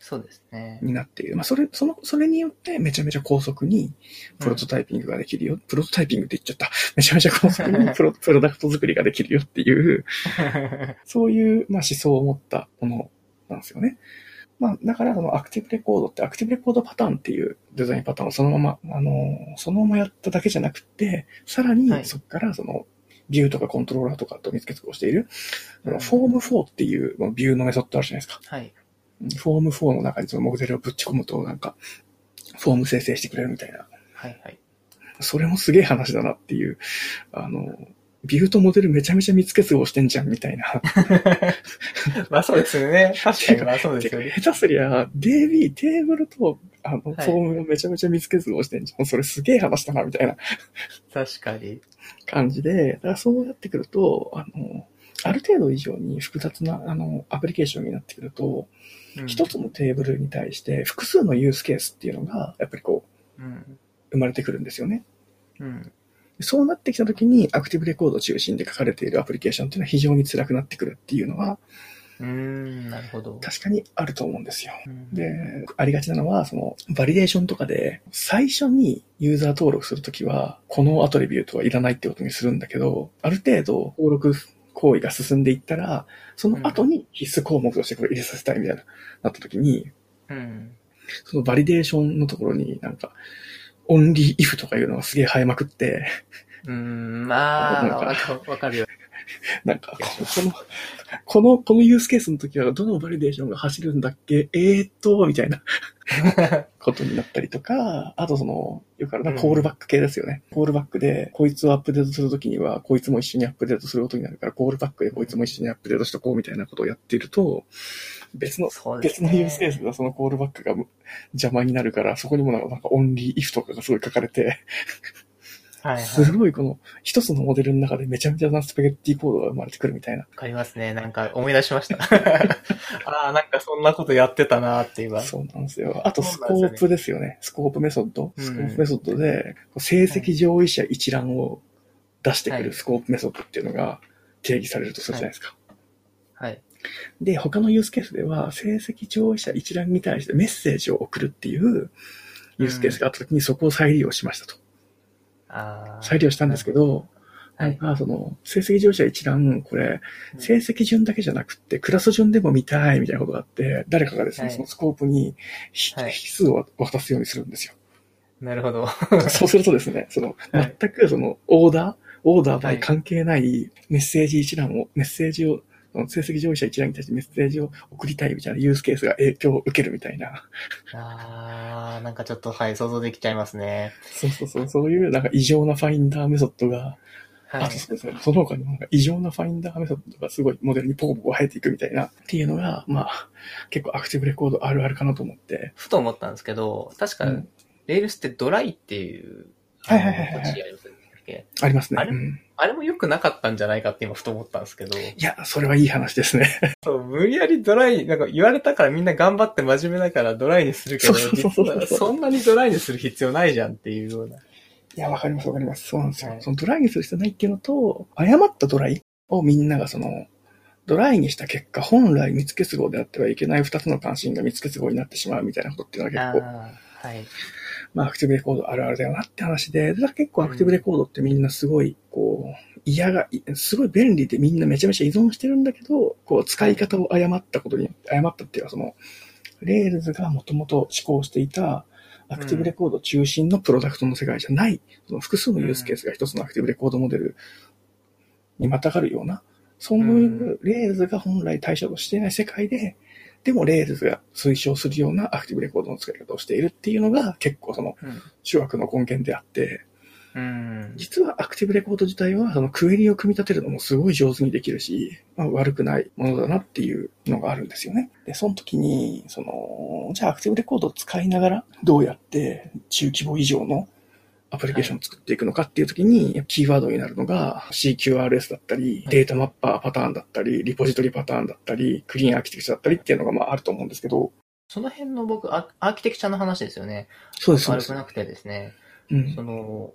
そうですね。になっている。まあ、それ、その、それによってめちゃめちゃ高速にプロトタイピングができるよ。プロトタイピングって言っちゃった。めちゃめちゃ高速に プロプロダクト作りができるよっていう、そういう、まあ、思想を持ったものなんですよね。まあ、だから、そのアクティブレコードって、アクティブレコードパターンっていうデザインパターンをそのまま、あのー、そのままやっただけじゃなくって、さらはにいそこから、その、ビューとかコントローラーとかと密結合している、そのうんフォーム4っていう、まあビューのメソッドあるじゃないですか。はい。フォーム4の中にそのモデルをぶっち込むと、なんか、フォーム生成してくれるみたいな。はいはい。それもすげえ話だなっていう、あの、ビューとモデルめちゃめちゃ見つけすをしてんじゃんみたいな。 まあそうですよね。確かにまあそうですよね。下手すりゃ、DB、テーブルと、あの、フォはいームをめちゃめちゃ見つけずをしてんじゃん。それすげえ話だな、みたいな確かに。感じで、だからそうなってくると、あの、ある程度以上に複雑な、あの、アプリケーションになってくると、うん一、つのテーブルに対して複数のユースケースっていうのが、やっぱりこう、うん。生まれてくるんですよね。うん。そうなってきたときに、アクティブレコード中心で書かれているアプリケーションっていうのは非常に辛くなってくるっていうのは、うーん、なるほど。確かにあると思うんですよ。うん、で、ありがちなのは、その、バリデーションとかで、最初にユーザー登録するときは、このアトリビュートはいらないってことにするんだけど、ある程度、登録行為が進んでいったら、その後に必須項目としてこれ入れさせたいみたいな、なったときに、うん。そのバリデーションのところになんか、オンリーイフとかいうのがすげえ生えまくって、うん、まあ、わかわかるよ。なんか、この、この、このユースケースの時はどのバリデーションが走るんだっけえーっと、み たいなことになったりとか、あとその、よくあるな、うんコールバック系ですよね。コールバックで、こいつをアップデートするときには、こいつも一緒にアップデートすることになるから、コールバックでこいつも一緒にアップデートしとこうみたいなことをやっていると、別の、そうです別ね。のユースケースがそのコールバックが邪魔になるから、そこにもなんかなんかオンリーイフとかがすごい書かれて、はいはい。すごいこの一つのモデルの中でめちゃめちゃなスパゲッティコードが生まれてくるみたいなわかりますね。なんか思い出しました。 ああ、なんかそんなことやってたなって今。そうなんですよ。あと、スそうコなんですよねープですよね。スコープメソッド。うんスコープメソッドで、成績上位者一覧を出してくはるいスコープメソッドっていうのが定義されるとするじゃないですか。はい。で、他のユースケースでは、成績上位者一覧に対してメッセージを送るっていうユースケースがあった時にそこを再利用しましたと。ああ。再利用したんですけど、はなんい。かその、成績上位者一覧、これ、成績順だけじゃなくって、クラス順でも見たいみたいなことがあって、誰かがですね、はいそのスコープにひはい筆数を渡すようにするんですよ。なるほど。 そうするとですね、その、はい全くその、オーダー、オーダーバはイい関係ないメッセージ一覧を、メッセージを、その成績上位者一覧に対してメッセージを送りたいみたいなユースケースが影響を受けるみたいな、ああ、なんかちょっと、はい、想像できちゃいますね。そうそうそう、そういうなんか異常なファインダーメソッドが、はあいと。そうですね、その他にもなんか異常なファインダーメソッドがすごいモデルにポコポコ生えていくみたいなっていうのが、まあ、結構アクティブレコードあるあるかなと思って、ふと思ったんですけど、確か、うんレールスってドライっていう、はいはいはいはいあの土地ありますよねありますね。あれうん、あれも良くなかったんじゃないかって今ふと思ったんですけど、いや、それはいい話ですね。そう、無理やりドライ、なんか言われたからみんな頑張って真面目だからドライにするけど、そうそう実そうそうはそんなにドライにする必要ないじゃんっていうような。いや、わかります、わかります。そうなんですよ。はいそのドライにする必要ないっていうのと、誤ったドライをみんながその、ドライにした結果、本来見つけす合であってはいけない二つの関心が見つけす合になってしまうみたいなことっていうのあはあ結構、ー、はい。まあ、アクティブレコードあるあるだよなって話で、だから結構アクティブレコードってみんなすごい、こう、嫌が、いすごい便利でみんなめちゃめちゃ依存してるんだけど、こう、使い方を誤ったことに、誤ったっていうかその、レールズがもともと志向していた、アクティブレコード中心のプロダクトの世界じゃない、その複数のユースケースが一つのアクティブレコードモデルにまたがるような、そういうレールズが本来対象としていない世界で、でもレールズが推奨するようなアクティブレコードの使い方をしているっていうのが結構そのうん主悪の根源であって、うん。実はアクティブレコード自体はそのクエリを組み立てるのもすごい上手にできるし、まあ、悪くないものだなっていうのがあるんですよね。で、その時に、その、じゃあアクティブレコードを使いながらどうやって中規模以上のアプリケーションを作っていくのかっていう時に、キーワードになるのが CQRS だったり、はいデータマッパーパターンだったり、リポジトリパターンだったり、クリーンアーキテクチャだったりっていうのがまああると思うんですけど、その辺の僕、アアーキテクチャの話ですよね。そうです、そう悪ですく。なくてですね。うんそ。の、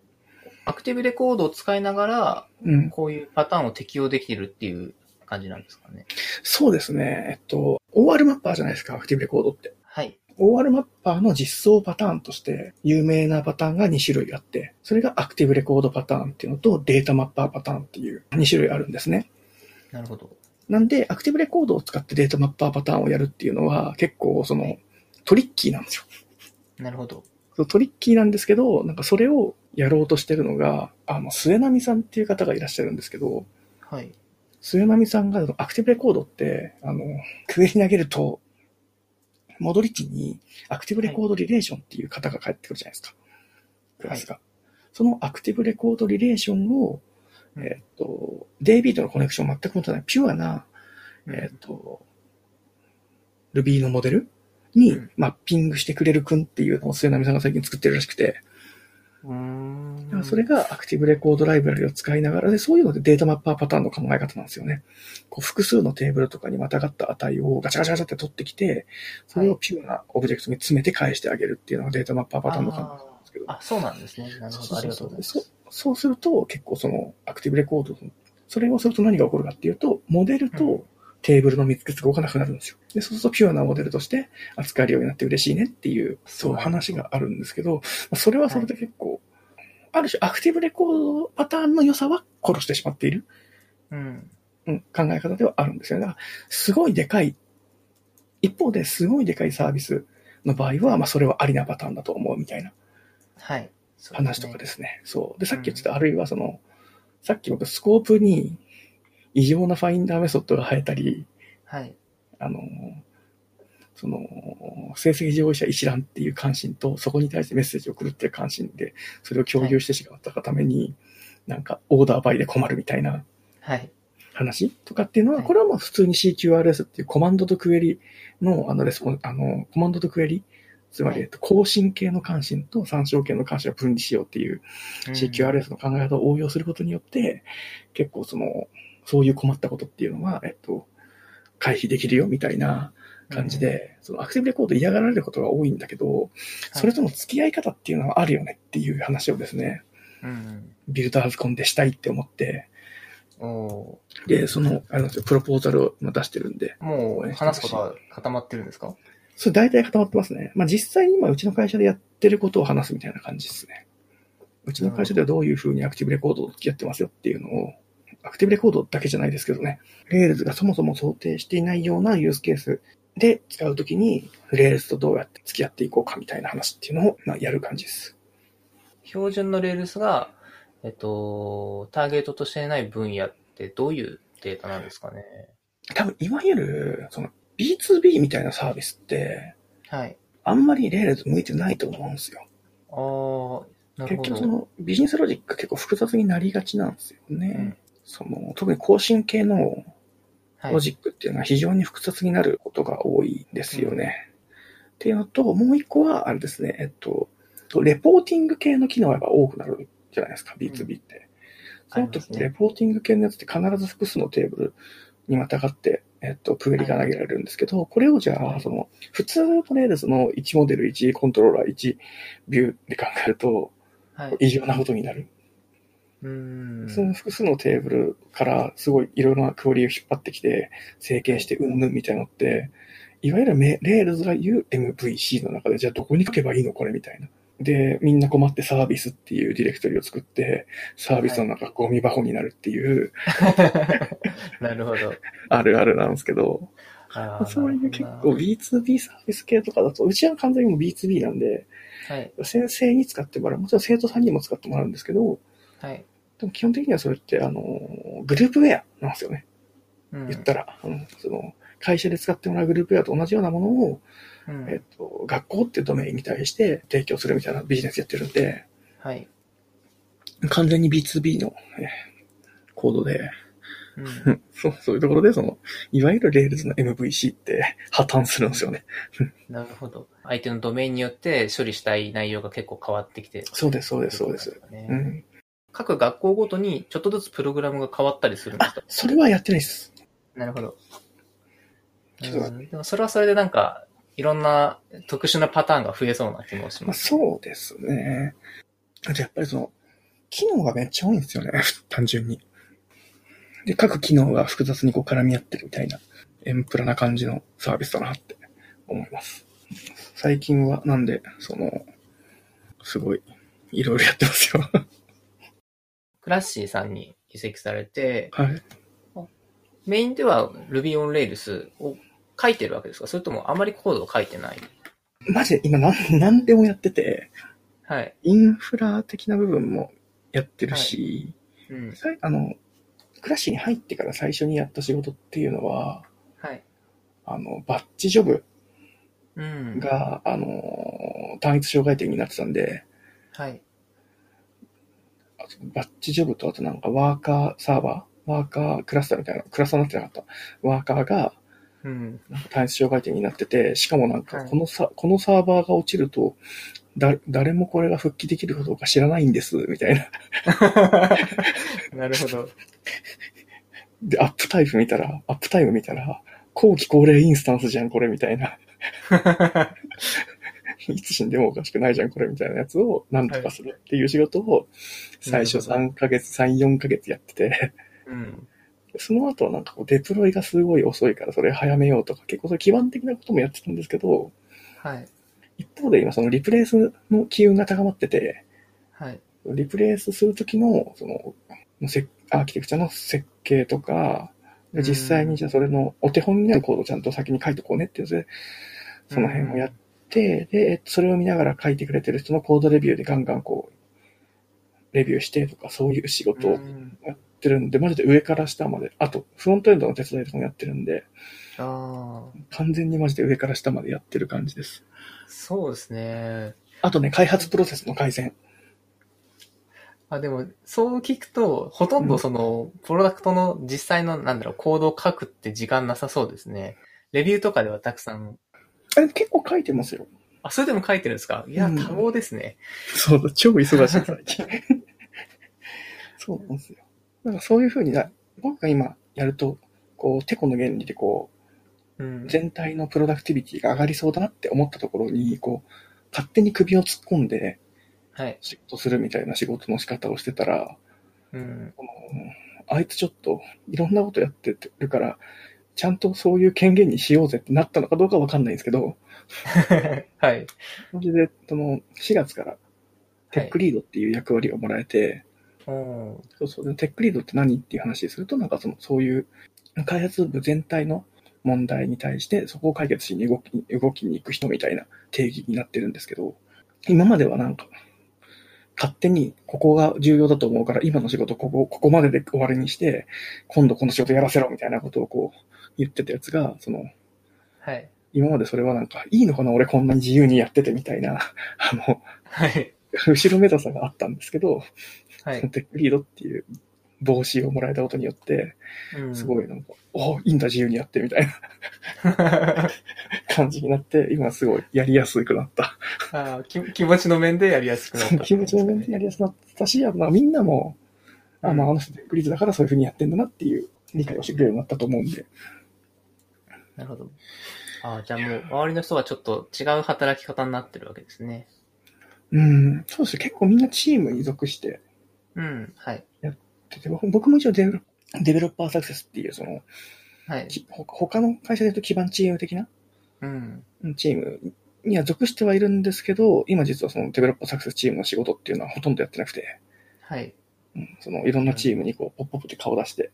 アクティブレコードを使いながら、うん。こういうパターンを適用できてるっていう感じなんですかね。そうですね。えっと、OR マッパーじゃないですか、アクティブレコードって。はい。 OR マッパーの実装パターンとして有名なパターンが2種類あって、それがアクティブレコードパターンっていうのとデータマッパーパターンっていう2種類あるんですね。なるほど。なんで、アクティブレコードを使ってデータマッパーパターンをやるっていうのは結構そのトリッキーなんですよ。なるほど。そのトリッキーなんですけど、なんかそれをやろうとしてるのが、あの、末波さんっていう方がいらっしゃるんですけど、はい。末波さんがアクティブレコードって、あの、クエリ投げると、戻り値にアクティブレコードリレーションっていう方が返ってくるじゃないですか。クラスが。そのアクティブレコードリレーションをうんえっと、デイビーとのコネクション全く持たない、ピュアな、えっと、Ruby のモデルにうんマッピングしてくれるくんっていうのを末波さんが最近作ってるらしくて、うーんだからそれがアクティブレコードライブラリを使いながらで、そういうのでデータマッパーパターンの考え方なんですよね。こう複数のテーブルとかにまたがった値をガチャガチャガチャって取ってきて、それをピュアなオブジェクトに詰めて返してあげるっていうのがデータマッパーパターンの考え方なんですけど。あ、そうなんですね。なるほど。ありがとうございます。そうそうすると、結構そのアクティブレコードの、それをすると何が起こるかっていうと、モデルうんとテーブルの見つけつが動かなくなるんですよ。で、そうするとピュアなモデルとして扱えるようになって嬉しいねっていう、そそううなんだ話があるんですけど、まあそれはそれで結構、ある種アクティブレコードパターンの良さは殺してしまっている、うん。うん、考え方ではあるんですよね。だから、すごいでかい、一方ですごいでかいサービスの場合は、まあそれはありなパターンだと思うみたいな。はい。そう話とかでですね。そう。で、さっき言ってた、あるいはその、さっき僕、スコープに異常なファインダーメソッドが生えたり、す。はい。あの、その、成績上位者一覧っていう関心と、そこに対してメッセージを送るっていう関心で、それを共有してしまったがために、なんか、オーダーバイで困るみたいなはい。話とかっていうのは、はいこれはまあ普通に CQRS っていうコマンドとクエリの、あの、レスポン、あの、コマンドとクエリ、つまり、えっと更新系の関心と参照系の関心を分離しようっていううん CQRS の考え方を応用することによって、結構その、そういう困ったことっていうのは、えっと、回避できるよみたいな感じ。で、そのアクティブレコード嫌がられることが多いんだけど、それとの付き合い方っていうのはあるよねっていう話をですね、うん。ビルダーズコンでしたいって思って、うんおで、その、あれなんですよ、プロポーザルを今出してるんで、ーもう話すことは固まってるんですかそれ大体固まってますね。まあ実際に今うちの会社でやってることを話すみたいな感じですね。うちの会社ではどういうふうにアクティブレコードをやってますよっていうのを、アクティブレコードだけじゃないですけどね、レールズがそもそも想定していないようなユースケースで使うときに、レールズとどうやって付き合っていこうかみたいな話っていうのを、まあ、やる感じです。標準のレールスが、えっと、ターゲットとしていない分野ってどういうデータなんですかね多分、いわゆる、その B2B みたいなサービスって、はい。あんまりレールズ向いてないと思うんですよ。あー、なる結ほ局そど。のビジネスロジックが結構複雑になりがちなんですよね。うんその特に更新系のはいロ。ジックっていうのは非常に複雑になることが多いんですよね。っていうのと、もう一個はあれですね、えっと、レポーティング系の機能がやっぱ多くなるじゃないですか、B2B って。あそりのます時ねレポーティング系のやつって必ず複数のテーブルにまたがって、えっと、クエリが投げられるんですけど、これをじゃあ、その、普通のレールズの1モデル、1コントローラー、1ビューで考えると、はい。異常なことになる。うーん。その複数のテーブルからすごいいろいろなクオリを引っ張ってきて、整形してうんぬんみたいなのって、いわゆるメレールズが言う MVC の中で、じゃあどこに書けばいいのこれみたいな。で、みんな困ってサービスっていうディレクトリを作って、サービスの中ゴミ箱になるっていう、 なるほど。あるあるなんですけど、あ ーそういう結なるほ構ど B2B サービス系とかだと、うちは完全にもう B2B なんで、なはい。先生に使ってもらう、もちろん生徒さんにも使ってもらうんですけど、はい。でも基本的にはそれって、あの、グループウェアなんですよね。うん言ったら、あのその会社で使ってもらうグループウェアと同じようなものを、うんえっと、学校っていうドメインに対して提供するみたいなビジネスやってるんで、はい。完全に B2B の、えーコードで、うんうん そうそういうところで、その、いわゆるレールズの MVC って破綻するんですよね。なるほど。相手のドメインによって処理したい内容が結構変わってきて。そうです、そうです、そうです。ねうん。各学校ごとにちょっとずつプログラムが変わったりするんですあか、それはやってないです。なるほど。ちょっと待うんでもそれはそれでなんか、いろんな特殊なパターンが増えそうな気もしままあ、す。そうですね。あとやっぱりその、機能がめっちゃ多いんですよね。 単純に。で、各機能が複雑にこう絡み合ってるみたいな、エンプラな感じのサービスだなって思います。最近は、なんで、その、すごい、いろいろやってますよ。 クラッシーさんに移籍されて、はい。メインでは Ruby on Rails を書いてるわけですかそれともあまりコードを書いてないマジで今なん、なんでもやってて、はい。インフラ的な部分もやってるし、うん。さいあの、クラッシュに入ってから最初にやった仕事っていうのは、はい。あの、バッチジョブうん。が、あのー単一障害点になってたんで、はい。あとバッチジョブと、あとなんかワーカーサーバーワーカークラスターみたいな、クラスターになってなかった。ワーカーが、うん。単一障害点になってて、しかもなんか、はいこのさ、このサーバーが落ちると、だ、誰もこれが復帰できるかどうか知らないんです、みたいな。なるほ ど。で、アップタイプ見たら、アップタイム見たら、後期高齢インスタンスじゃん、これ、みたいな。いつ死んでもおかしくないじゃん、これ、みたいなやつを、なんとかするっていう仕事を、最初なるほど3ヶ月、3、4ヶ月やってて、うん。その後はなんかこう、デプロイがすごい遅いから、それ早めようとか、結構それ基盤的なこともやってたんですけど、はい。一方で今そのリプレイスの機運が高まってて、はい。リプレイスするときの、その、せアーキテクチャの設計とか、うん実際にじゃあそれのお手本になるコードをちゃんと先に書いとこうねっていうので、その辺をやって、で、えっとそれを見ながら書いてくれてる人のコードレビューでガンガンこう、レビューしてとか、そういう仕事をうやっんてるんで、マジで上から下まで、あと、フロントエンドの手伝いとかもやってるんで、あ完全にマジで上から下までやってる感じです。あ、そうですね。あとね、開発プロセスの改善。あ、でも、そう聞くと、ほとんどその、プロダクトの実際の、なんだろう、コードを書くって時間なさそうですね。レビューとかではたくさん、あれ結構書いてますよ。あ、それでも書いてるんですかいや、うん多忙ですね。そうだ、超忙しい、最近。 そうなんですよ。なんかそういうふうにな、僕が今やると、こう、テコの原理でこうんう、。全体のプロダクティビティが上がりそうだなって思ったところに、こう、勝手に首を突っ込んではい。仕事するみたいな仕事の仕方をしてたら、うん。このあいつちょっといろんなことやってるから、ちゃんとそういう権限にしようぜってなったのかどうかわかんないんですけど、 はい。それで、その、4月からテックリードっていう役割をもらえて、おーそうそう。でテックリードって何っていう話すると、なんかその、そういう、開発部全体の問題に対して、そこを解決しに動き、動きに行く人みたいな定義になってるんですけど、今まではなんか、勝手にここが重要だと思うから、今の仕事ここ、ここまでで終わりにして、今度この仕事やらせろみたいなことをこう、言ってたやつが、その、はい。今までそれはなんか、いいのかな俺こんなに自由にやっててみたいな、あの、はい。 後ろめたさがあったんですけど、は そのい。テックリードっていう帽子をもらえたことによって、うん すごいなんか、おいいんだ、自由にやって、みたいな あ感じになって、 今すごいやりやすくなった。ーき気持ちの面でやりやすくなった、 気持ちの面でやりやすくなったし、まあみんなも、あまああの人テックリーズだからそういう風にやってんだなっていう理解をしてくれるようになったと思うんで。なるほど。ああ、じゃあもう、周りの人はちょっと違う働き方になってるわけですね。うん、そうですね。結構みんなチームに属してうん、はい。てて、僕僕も一応デベロデベロッパーサクセスっていう、その、はい。きほ他の会社で言うと基盤チーム的なうん。うんチームには属してはいるんですけど、今実はそのデベロッパーサクセスチームの仕事っていうのはほとんどやってなくて。はい。うんそのいろんなチームにこう、ポッポッポって顔出して、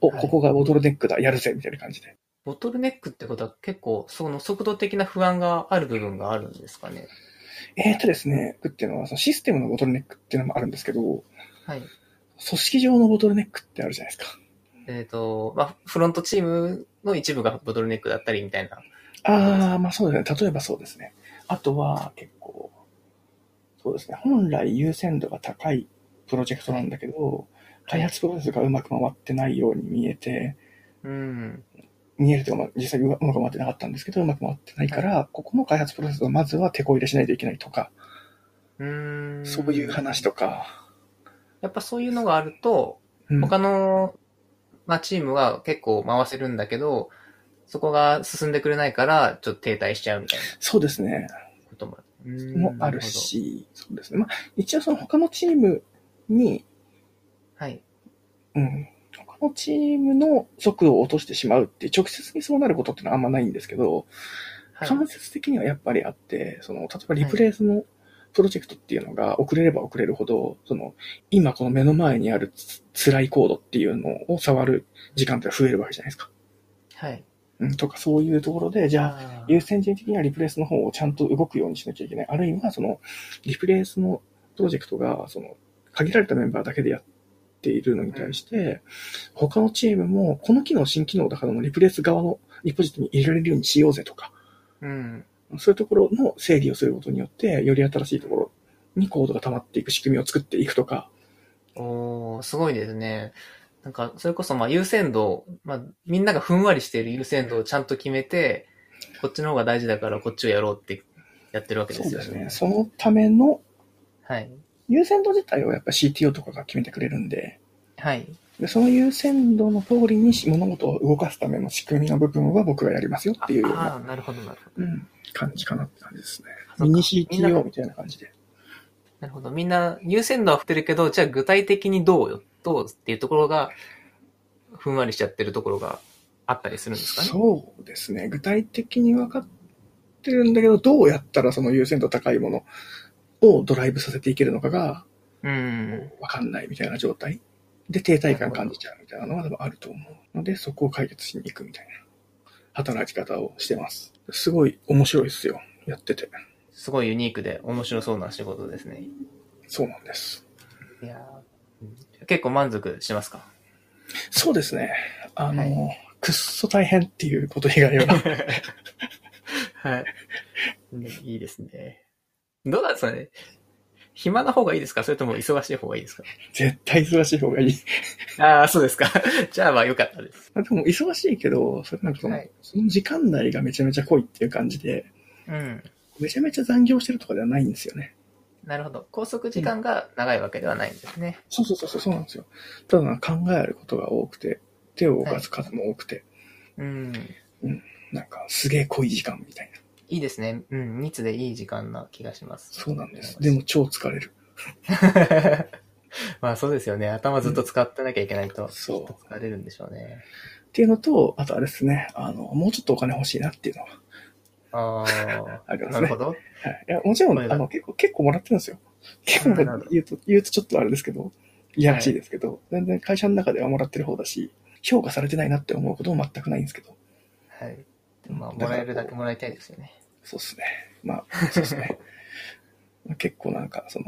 お、はいここがボトルネックだ、やるぜ、みたいな感じで。ボトルネックってことは結構、その速度的な不安がある部分があるんですかね。えーとですね、僕っていうのは、そのシステムのボトルネックっていうのもあるんですけど、組はい。織上のボトルネックってあるじゃないですか。えっ、と、まあ、フロントチームの一部がボトルネックだったりみたいな。あー、まあそうですね。例えばそうですね。あとは、結構、そうですね。本来優先度が高いプロジェクトなんだけど、開発プロセスがうまく回ってないように見えて、うん。見えるというか、まあ実際うまく回ってなかったんですけど、うまく回ってないから、ここの開発プロセスをまずは手こ入れしないといけないとか、うーん。そういう話とか、やっぱそういうのがあると、うん他の、まあ、チームは結構回せるんだけど、そこが進んでくれないから、ちょっと停滞しちゃうみたいなそうですね。こともある。うーんもある。し、そうですね。まあ、一応その他のチームに、なるほどはい。うん、他のチームの速度を落としてしまうっていう、直接にそうなることってのはあんまないんですけど、はい。間接的にはやっぱりあって、その、例えばリプレイスのプロジェクトっていうのが遅れれば遅れるほど、その、今この目の前にあるつ辛いコードっていうのを触る時間って増えるわけじゃないですか。はい。うん、とかそういうところで、じゃあ、あー優先順位的にはリプレイスの方をちゃんと動くようにしなきゃいけない。あるいは、その、リプレイスのプロジェクトが、その、限られたメンバーだけでやっているのに対して、他のチームも、この機能、新機能だからのリプレイス側のリポジトリに入れられるようにしようぜとか、うん。そういうところの整理をすることによって、より新しいところにコードが溜まっていく仕組みを作っていくとか、おー、すごいですね。なんか、それこそ、まあ、優先度、まあ、みんながふんわりしている優先度をちゃんと決めて、こっちの方が大事だからこっちをやろうってやってるわけでそうすよでね。すね。そのためのはい。優先度自体をやっぱ CTO とかが決めてくれるんで、はい。でその優先度の通りに物事を動かすための仕組みの部分は僕がやりますよっていうようあな、あー、なるほど、なるほど。うん、感じかなって感じですね。そうミかニみんな CTO みたいな感じで。なるほど。みんな優先度は振ってるけど、じゃあ具体的にどうよ、どうっていうところが、ふんわりしちゃってるところがあったりするんですかね。そうですね。具体的に分かってるんだけど、どうやったらその優先度高いものをドライブさせていけるのかがうん。分かんないみたいな状態で停滞感感じちゃうみたいなのは多分あると思うので、そこを解決しに行くみたいな働き方をしてます。すごい面白いですよ。やってて。すごいユニークで面白そうな仕事ですね。そうなんです。いやーうん結構満足しますかそうですね。あの、くっそ大変っていうこと以外は。 はい、いいですね。どうなんですかね暇な方がいいですかそれとも忙しい方がいいですか絶対忙しい方がいい。ああ、そうですか。 じゃあまあ良かったです。でも忙しいけど、それなんかその、はいその時間内がめちゃめちゃ濃いっていう感じで、うん。めちゃめちゃ残業してるとかではないんですよね。なるほど。拘束時間が長いわけではないんですね。そうそうそうそう、そうなんですよ。ただ考えることが多くて、手を動かす数も多くて、うん。なんかすげえ濃い時間みたいな。いいですね。うん。密でいい時間な気がします。そうなんです。でも。超疲れる。 まあそうですよね。頭ずっと使ってなきゃいけないと、そう。っ疲れるんでしょうね。ていうのと、あとあれですね、あの、もうちょっとお金欲しいなっていうのはあ ありあ、まなすね。るほど。はい。いや、もちろん、これがあの、結構、結構もらってるんですよ。結構なるほど言うと、言うとちょっとあれですけど、いやらしいですけど、全然会社の中ではもらってる方だし、評価されてないなって思うことも全くないんですけど、はい。でもまあ、もらえるだけもらいたいですよね。そうっすね。まあ、そうっすね。 結構なんか、その、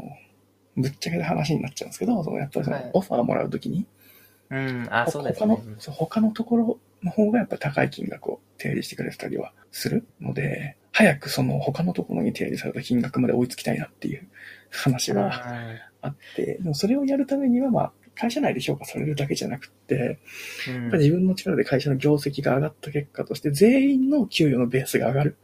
ぶっちゃけた話になっちゃうんですけど、そのやっぱりそはいのオファーもらうときに、うん、あ、そうです他ねの。、そう他のところの方がやっぱ高い金額を提示してくれてたりはするので、早くその他のところに提示された金額まで追いつきたいなっていう話うんは、あって、でもそれをやるためには、まあ、会社内で評価されるだけじゃなくって、やっうんぱり自分の力で会社の業績が上がった結果として、全員の給与のベースが上がる。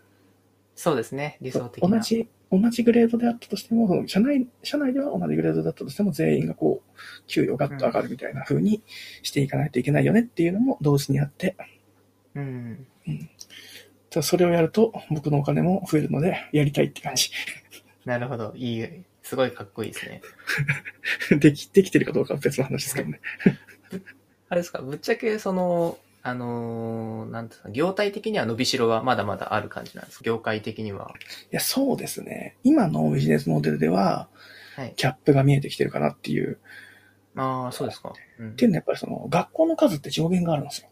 そうですね、理想的な。同じ、同じグレードであったとしても、その社内、社内では同じグレードだったとしても、全員がこう、給与がガッと上がるみたいな風にしていかないといけないよねっていうのも同時にあって、うん。ただそれをやると、僕のお金も増えるので、やりたいって感じ。 なるほど、いい、すごいかっこいいですね。でき、できてるかどうかは別の話ですけどね。あれですか、ぶっちゃけ、その、あのーなんていうか、業態的には伸びしろはまだまだある感じなんですか業界的には。いや、そうですね。今のビジネスモデルでは、はい。キャップが見えてきてるかなっていうああ、そうですか。うんっていうのはやっぱりその学校の数って上限があるんですよ。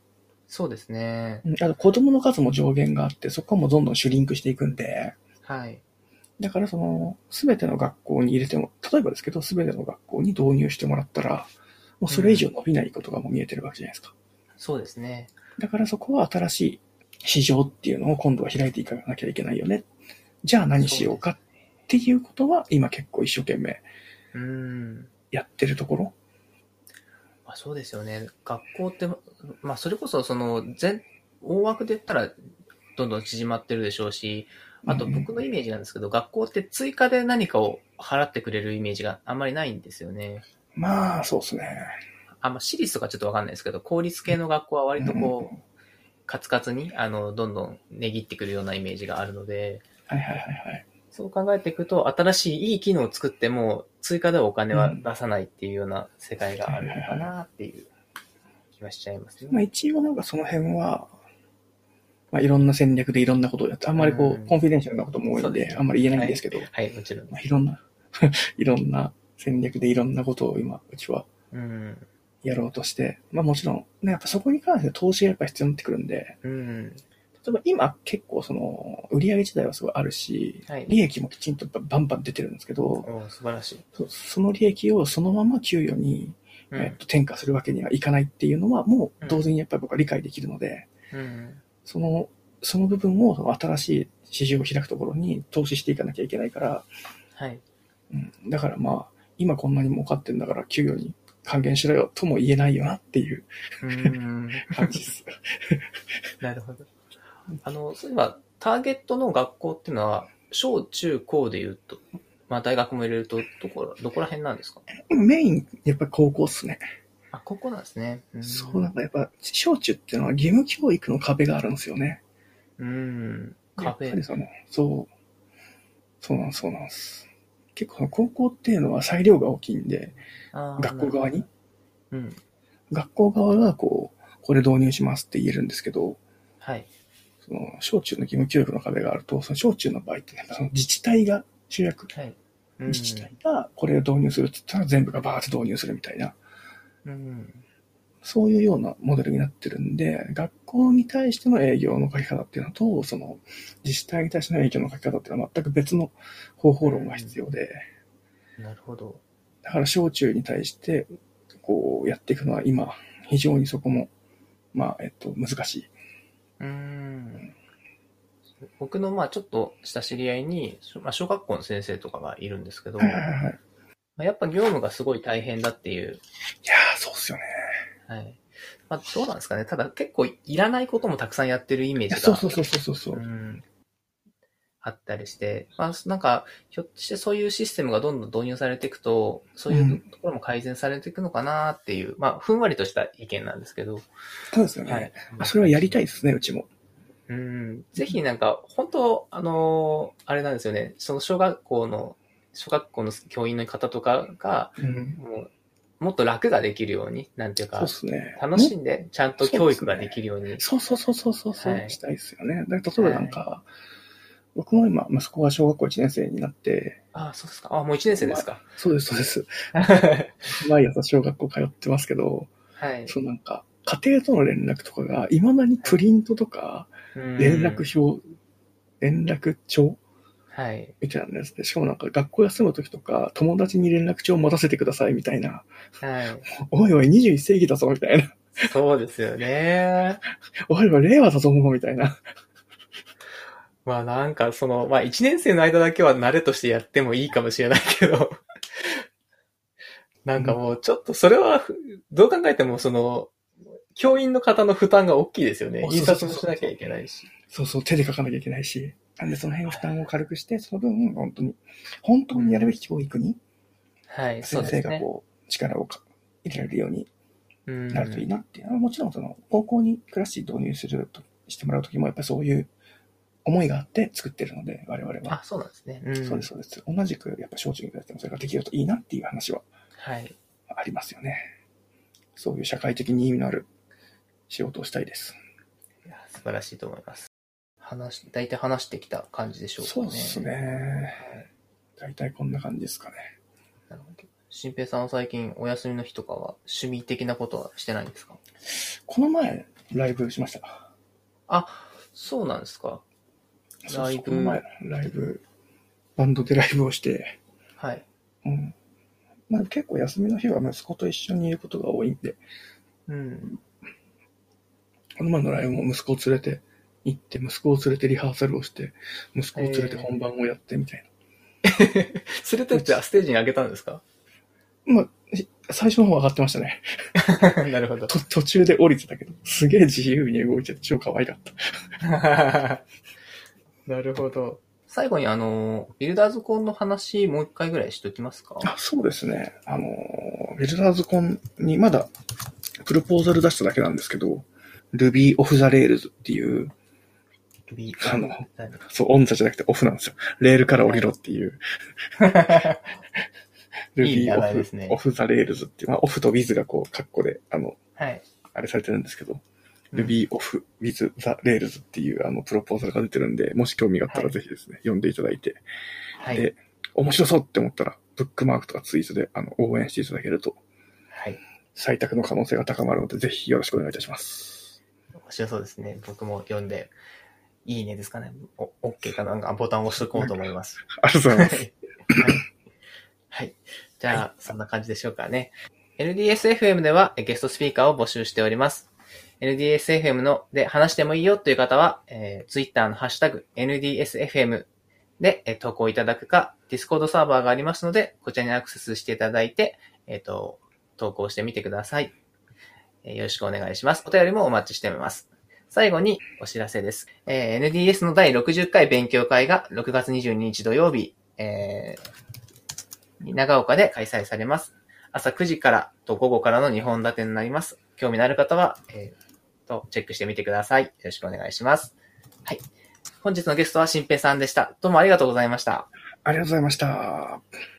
そうですね。うんあと子供の数も上限があって、そこもどんどんシュリンクしていくんで、はい。だからその、すべての学校に入れても、例えばですけど、すべての学校に導入してもらったら、もうそれ以上伸びないことがもう見えてるわけじゃないですか。そうですね。だからそこは新しい市場っていうのを今度は開いていかなきゃいけないよね。じゃあ何しようかっていうことは、今結構一生懸命うん。やってるところ。まあ、そうですよね。学校って、まあ、それこそ、その、全、大枠で言ったら、どんどん縮まってるでしょうし、あとうんうん僕のイメージなんですけど、学校って追加で何かを払ってくれるイメージがあんまりないんですよね。まあ、そうですね。あ、まあ、私立とかちょっとわかんないですけど、公立系の学校は割とこう、カツカツに、あの、どんどん値切ってくるようなイメージがあるので、はいはいはいはい。そう考えていくと、新しいいい機能を作っても、追加ではお金は出さないっていうような世界があるのかなっていう気がしちゃいますまあね。一応なんかその辺は、まあいろんな戦略でいろんなことをやって、あんまりこうんう、コンフィデンシャルなことも多いそうのでで、すあんまり言えないんですけど、はい、もちろん。まあいろんな、 いろんな戦略でいろんなことを今、うちはうん。やろうとして、まあもちろん、ね、やっぱそこに関して投資がやっぱ必要になってくるんで、うん。例えば今結構その、売上自体はすごいあるし、はい利益もきちんとやっぱバンバン出てるんですけど、お素晴らしい。そその利益をそのまま給与に、うえっん。と、転嫁するわけにはいかないっていうのは、もう同時にやっぱり僕は理解できるので、うん。その、その部分をその新しい市場を開くところに投資していかなきゃいけないから、はい。うん、だからまあ、今こんなに儲かってんだから給与に還元しろよとも言えないよなっていううー ん。感じです。なるほど。あの、そういえば、ターゲットの学校っていうのは、小中高で言うと、まあ大学も入れると、どこら、どこら辺なんですかメイン、やっぱり高校っすね。あ、高校なんですね。ーんそう、なんかやっぱ、小中っていうのは義務教育の壁があるんですよね。うーん。カフやっぱェり。その、そう。そうなんです、そうなんです。結構高校っていうのは裁量が大きいんで、学校側に。うん。学校側がこう、これ導入しますって言えるんですけど、はい。その、小中の義務教育の壁があると、その小中の場合って、その自治体が主役。はい。うん自治体がこれを導入するって言ったら全部がバーッと導入するみたいな、うん。そういうようなモデルになってるんで、学校に対しての営業の書き方っていうのと、その自治体に対しての営業の書き方っていうのは全く別の方法論が必要で、なるほど。だから小中に対してこうやっていくのは今、非常にそこも、まあ、えっと、難しい。うーん。僕の、まあちょっとした知り合いに、まあ小学校の先生とかがいるんですけど、はいまはいはい。いあやっぱ業務がすごい大変だっていうやー、そうっすよね。はい。まあ、どうなんですかね。ただ結構いらないこともたくさんやってるイメーいジや、が。そうそうそうそうそう。ううん。あったりして。まあ、なんか、ひょっとしてそういうシステムがどんどん導入されていくと、そういうところも改善されていくのかなっていう、まあ、ふんわりとした意見なんですけど。そうですよね。はい。あそれはやりたいですね、うちも。うん。ぜひなんか、本当あのーあれなんですよね。その小学校の、小学校の教員の方とかが、うん。もう、もっと楽ができるように、なんていうそうかっ、すね。楽しんで、ちゃんと教育ができるように。そうそうそうそうそうそう、はいしたいですよね。だから例えばなんか、僕も今、息子が小学校1年生になって、ああ、そうですか。あもう1年生ですか。そうです、そうです。は毎朝小学校通ってますけど、い。そうなんか、家庭との連絡とかが、いまだにプリントとか、連連絡表、連絡帳はい。みたいなやつで、しかもなんか学校休む時とか、友達に連絡帳を持たせてくださいみたいな、はい。おいおい21世紀だぞみたいな、そうですよね。おいおい令和だぞもうみたいな、まあなんかその、まあ1年生の間だけは慣れとしてやってもいいかもしれないけど、 なんかもうちょっとそれは、どう考えてもその、教員の方の負担が大きいですよね。そう印そう刷そうそうもしなきゃいけないし。そうそう、手で書かなきゃいけないし。なんでその辺の負担を軽くして、その分、本当に、本当にやるべき教育に、はい、そう先です生がね。こう、力をか入れられるようにうんなるといいなっていうのは、もちろんその、高校にクラスに導入すると、してもらうときも、やっぱりそういう思いがあって作ってるので、我々は。あ、そうなんですね。うんそうです、そうです。同じく、やっぱ小中にやってもそれができるといいなっていう話ははい。ありますよね。そういう社会的に意味のある仕事をしたいです。いや素晴らしいと思います。話し、大体話してきた感じでしょうかね。そうですね。はい大体こんな感じですかね。なるほど。新平さんは最近お休みの日とかは趣味的なことはしてないんですかこの前、ライブしました。あ、そうなんですか。そうライそうブこの前、ライブ、バンドでライブをして、はい。うん。まあ結構休みの日は息子と一緒にいることが多いんで、うん。この前のライブも息子を連れて行って、息子を連れてリハーサルをして、息子を連れて本番をやってみたい連れてってステージに上げたんですかな。まあ、し最初の方上がってましたね。 なるほど。 と途中で降りてたけど、すげえ自由に動いてて超可愛かった。なるほど。最後にあの、ビルダーズコンの話もう一回ぐらいしときますかあそうですね。あのー、ビルダーズコンにまだプロポーザル出しただけなんですけど、Ruby of the Rails っていう、首あのそう、オンザじゃなくてオフなんですよ。レールから降りろっていう。ルいいビ名ーオ前フ、ですねオフザレールズっていう、まあ、オフとウィズがこう、カッコで、あの、はい。あれされてるんですけど、うんルビーオフ、ウィズ、ザ、レールズっていう、あの、プロポーザルが出てるんで、もし興味があったらはいぜひですね、読んでいただいて、はい。で面白そうって思ったら、ブックマークとかツイートで、あの、応援していただけると、はい。採択の可能性が高まるので、ぜひよろしくお願いいたします。面白そうですね。僕も読んで、いいねですかね。お、OK かなんかボタンを押しとこうと思います。ありがとうございます。はい。はい。じゃあ、そんな感じでしょうかね。LDSFM ではえゲストスピーカーを募集しております。LDSFM ので話してもいいよという方は、えー、Twitter のハッシュタグ NDSFM で、えー投稿いただくか、Discord サーバーがありますので、こちらにアクセスしていただいて、えっ、と、投稿してみてください。えーよろしくお願いします。お便りもお待ちしております。最後にお知らせです。えー NDS の第60回勉強会が6月22日土曜日、えー長岡で開催されます。朝9時からと午後からの2本立てになります。興味のある方は、えーと、チェックしてみてください。よろしくお願いします。はい。本日のゲストは新平さんでした。どうもありがとうございました。ありがとうございました。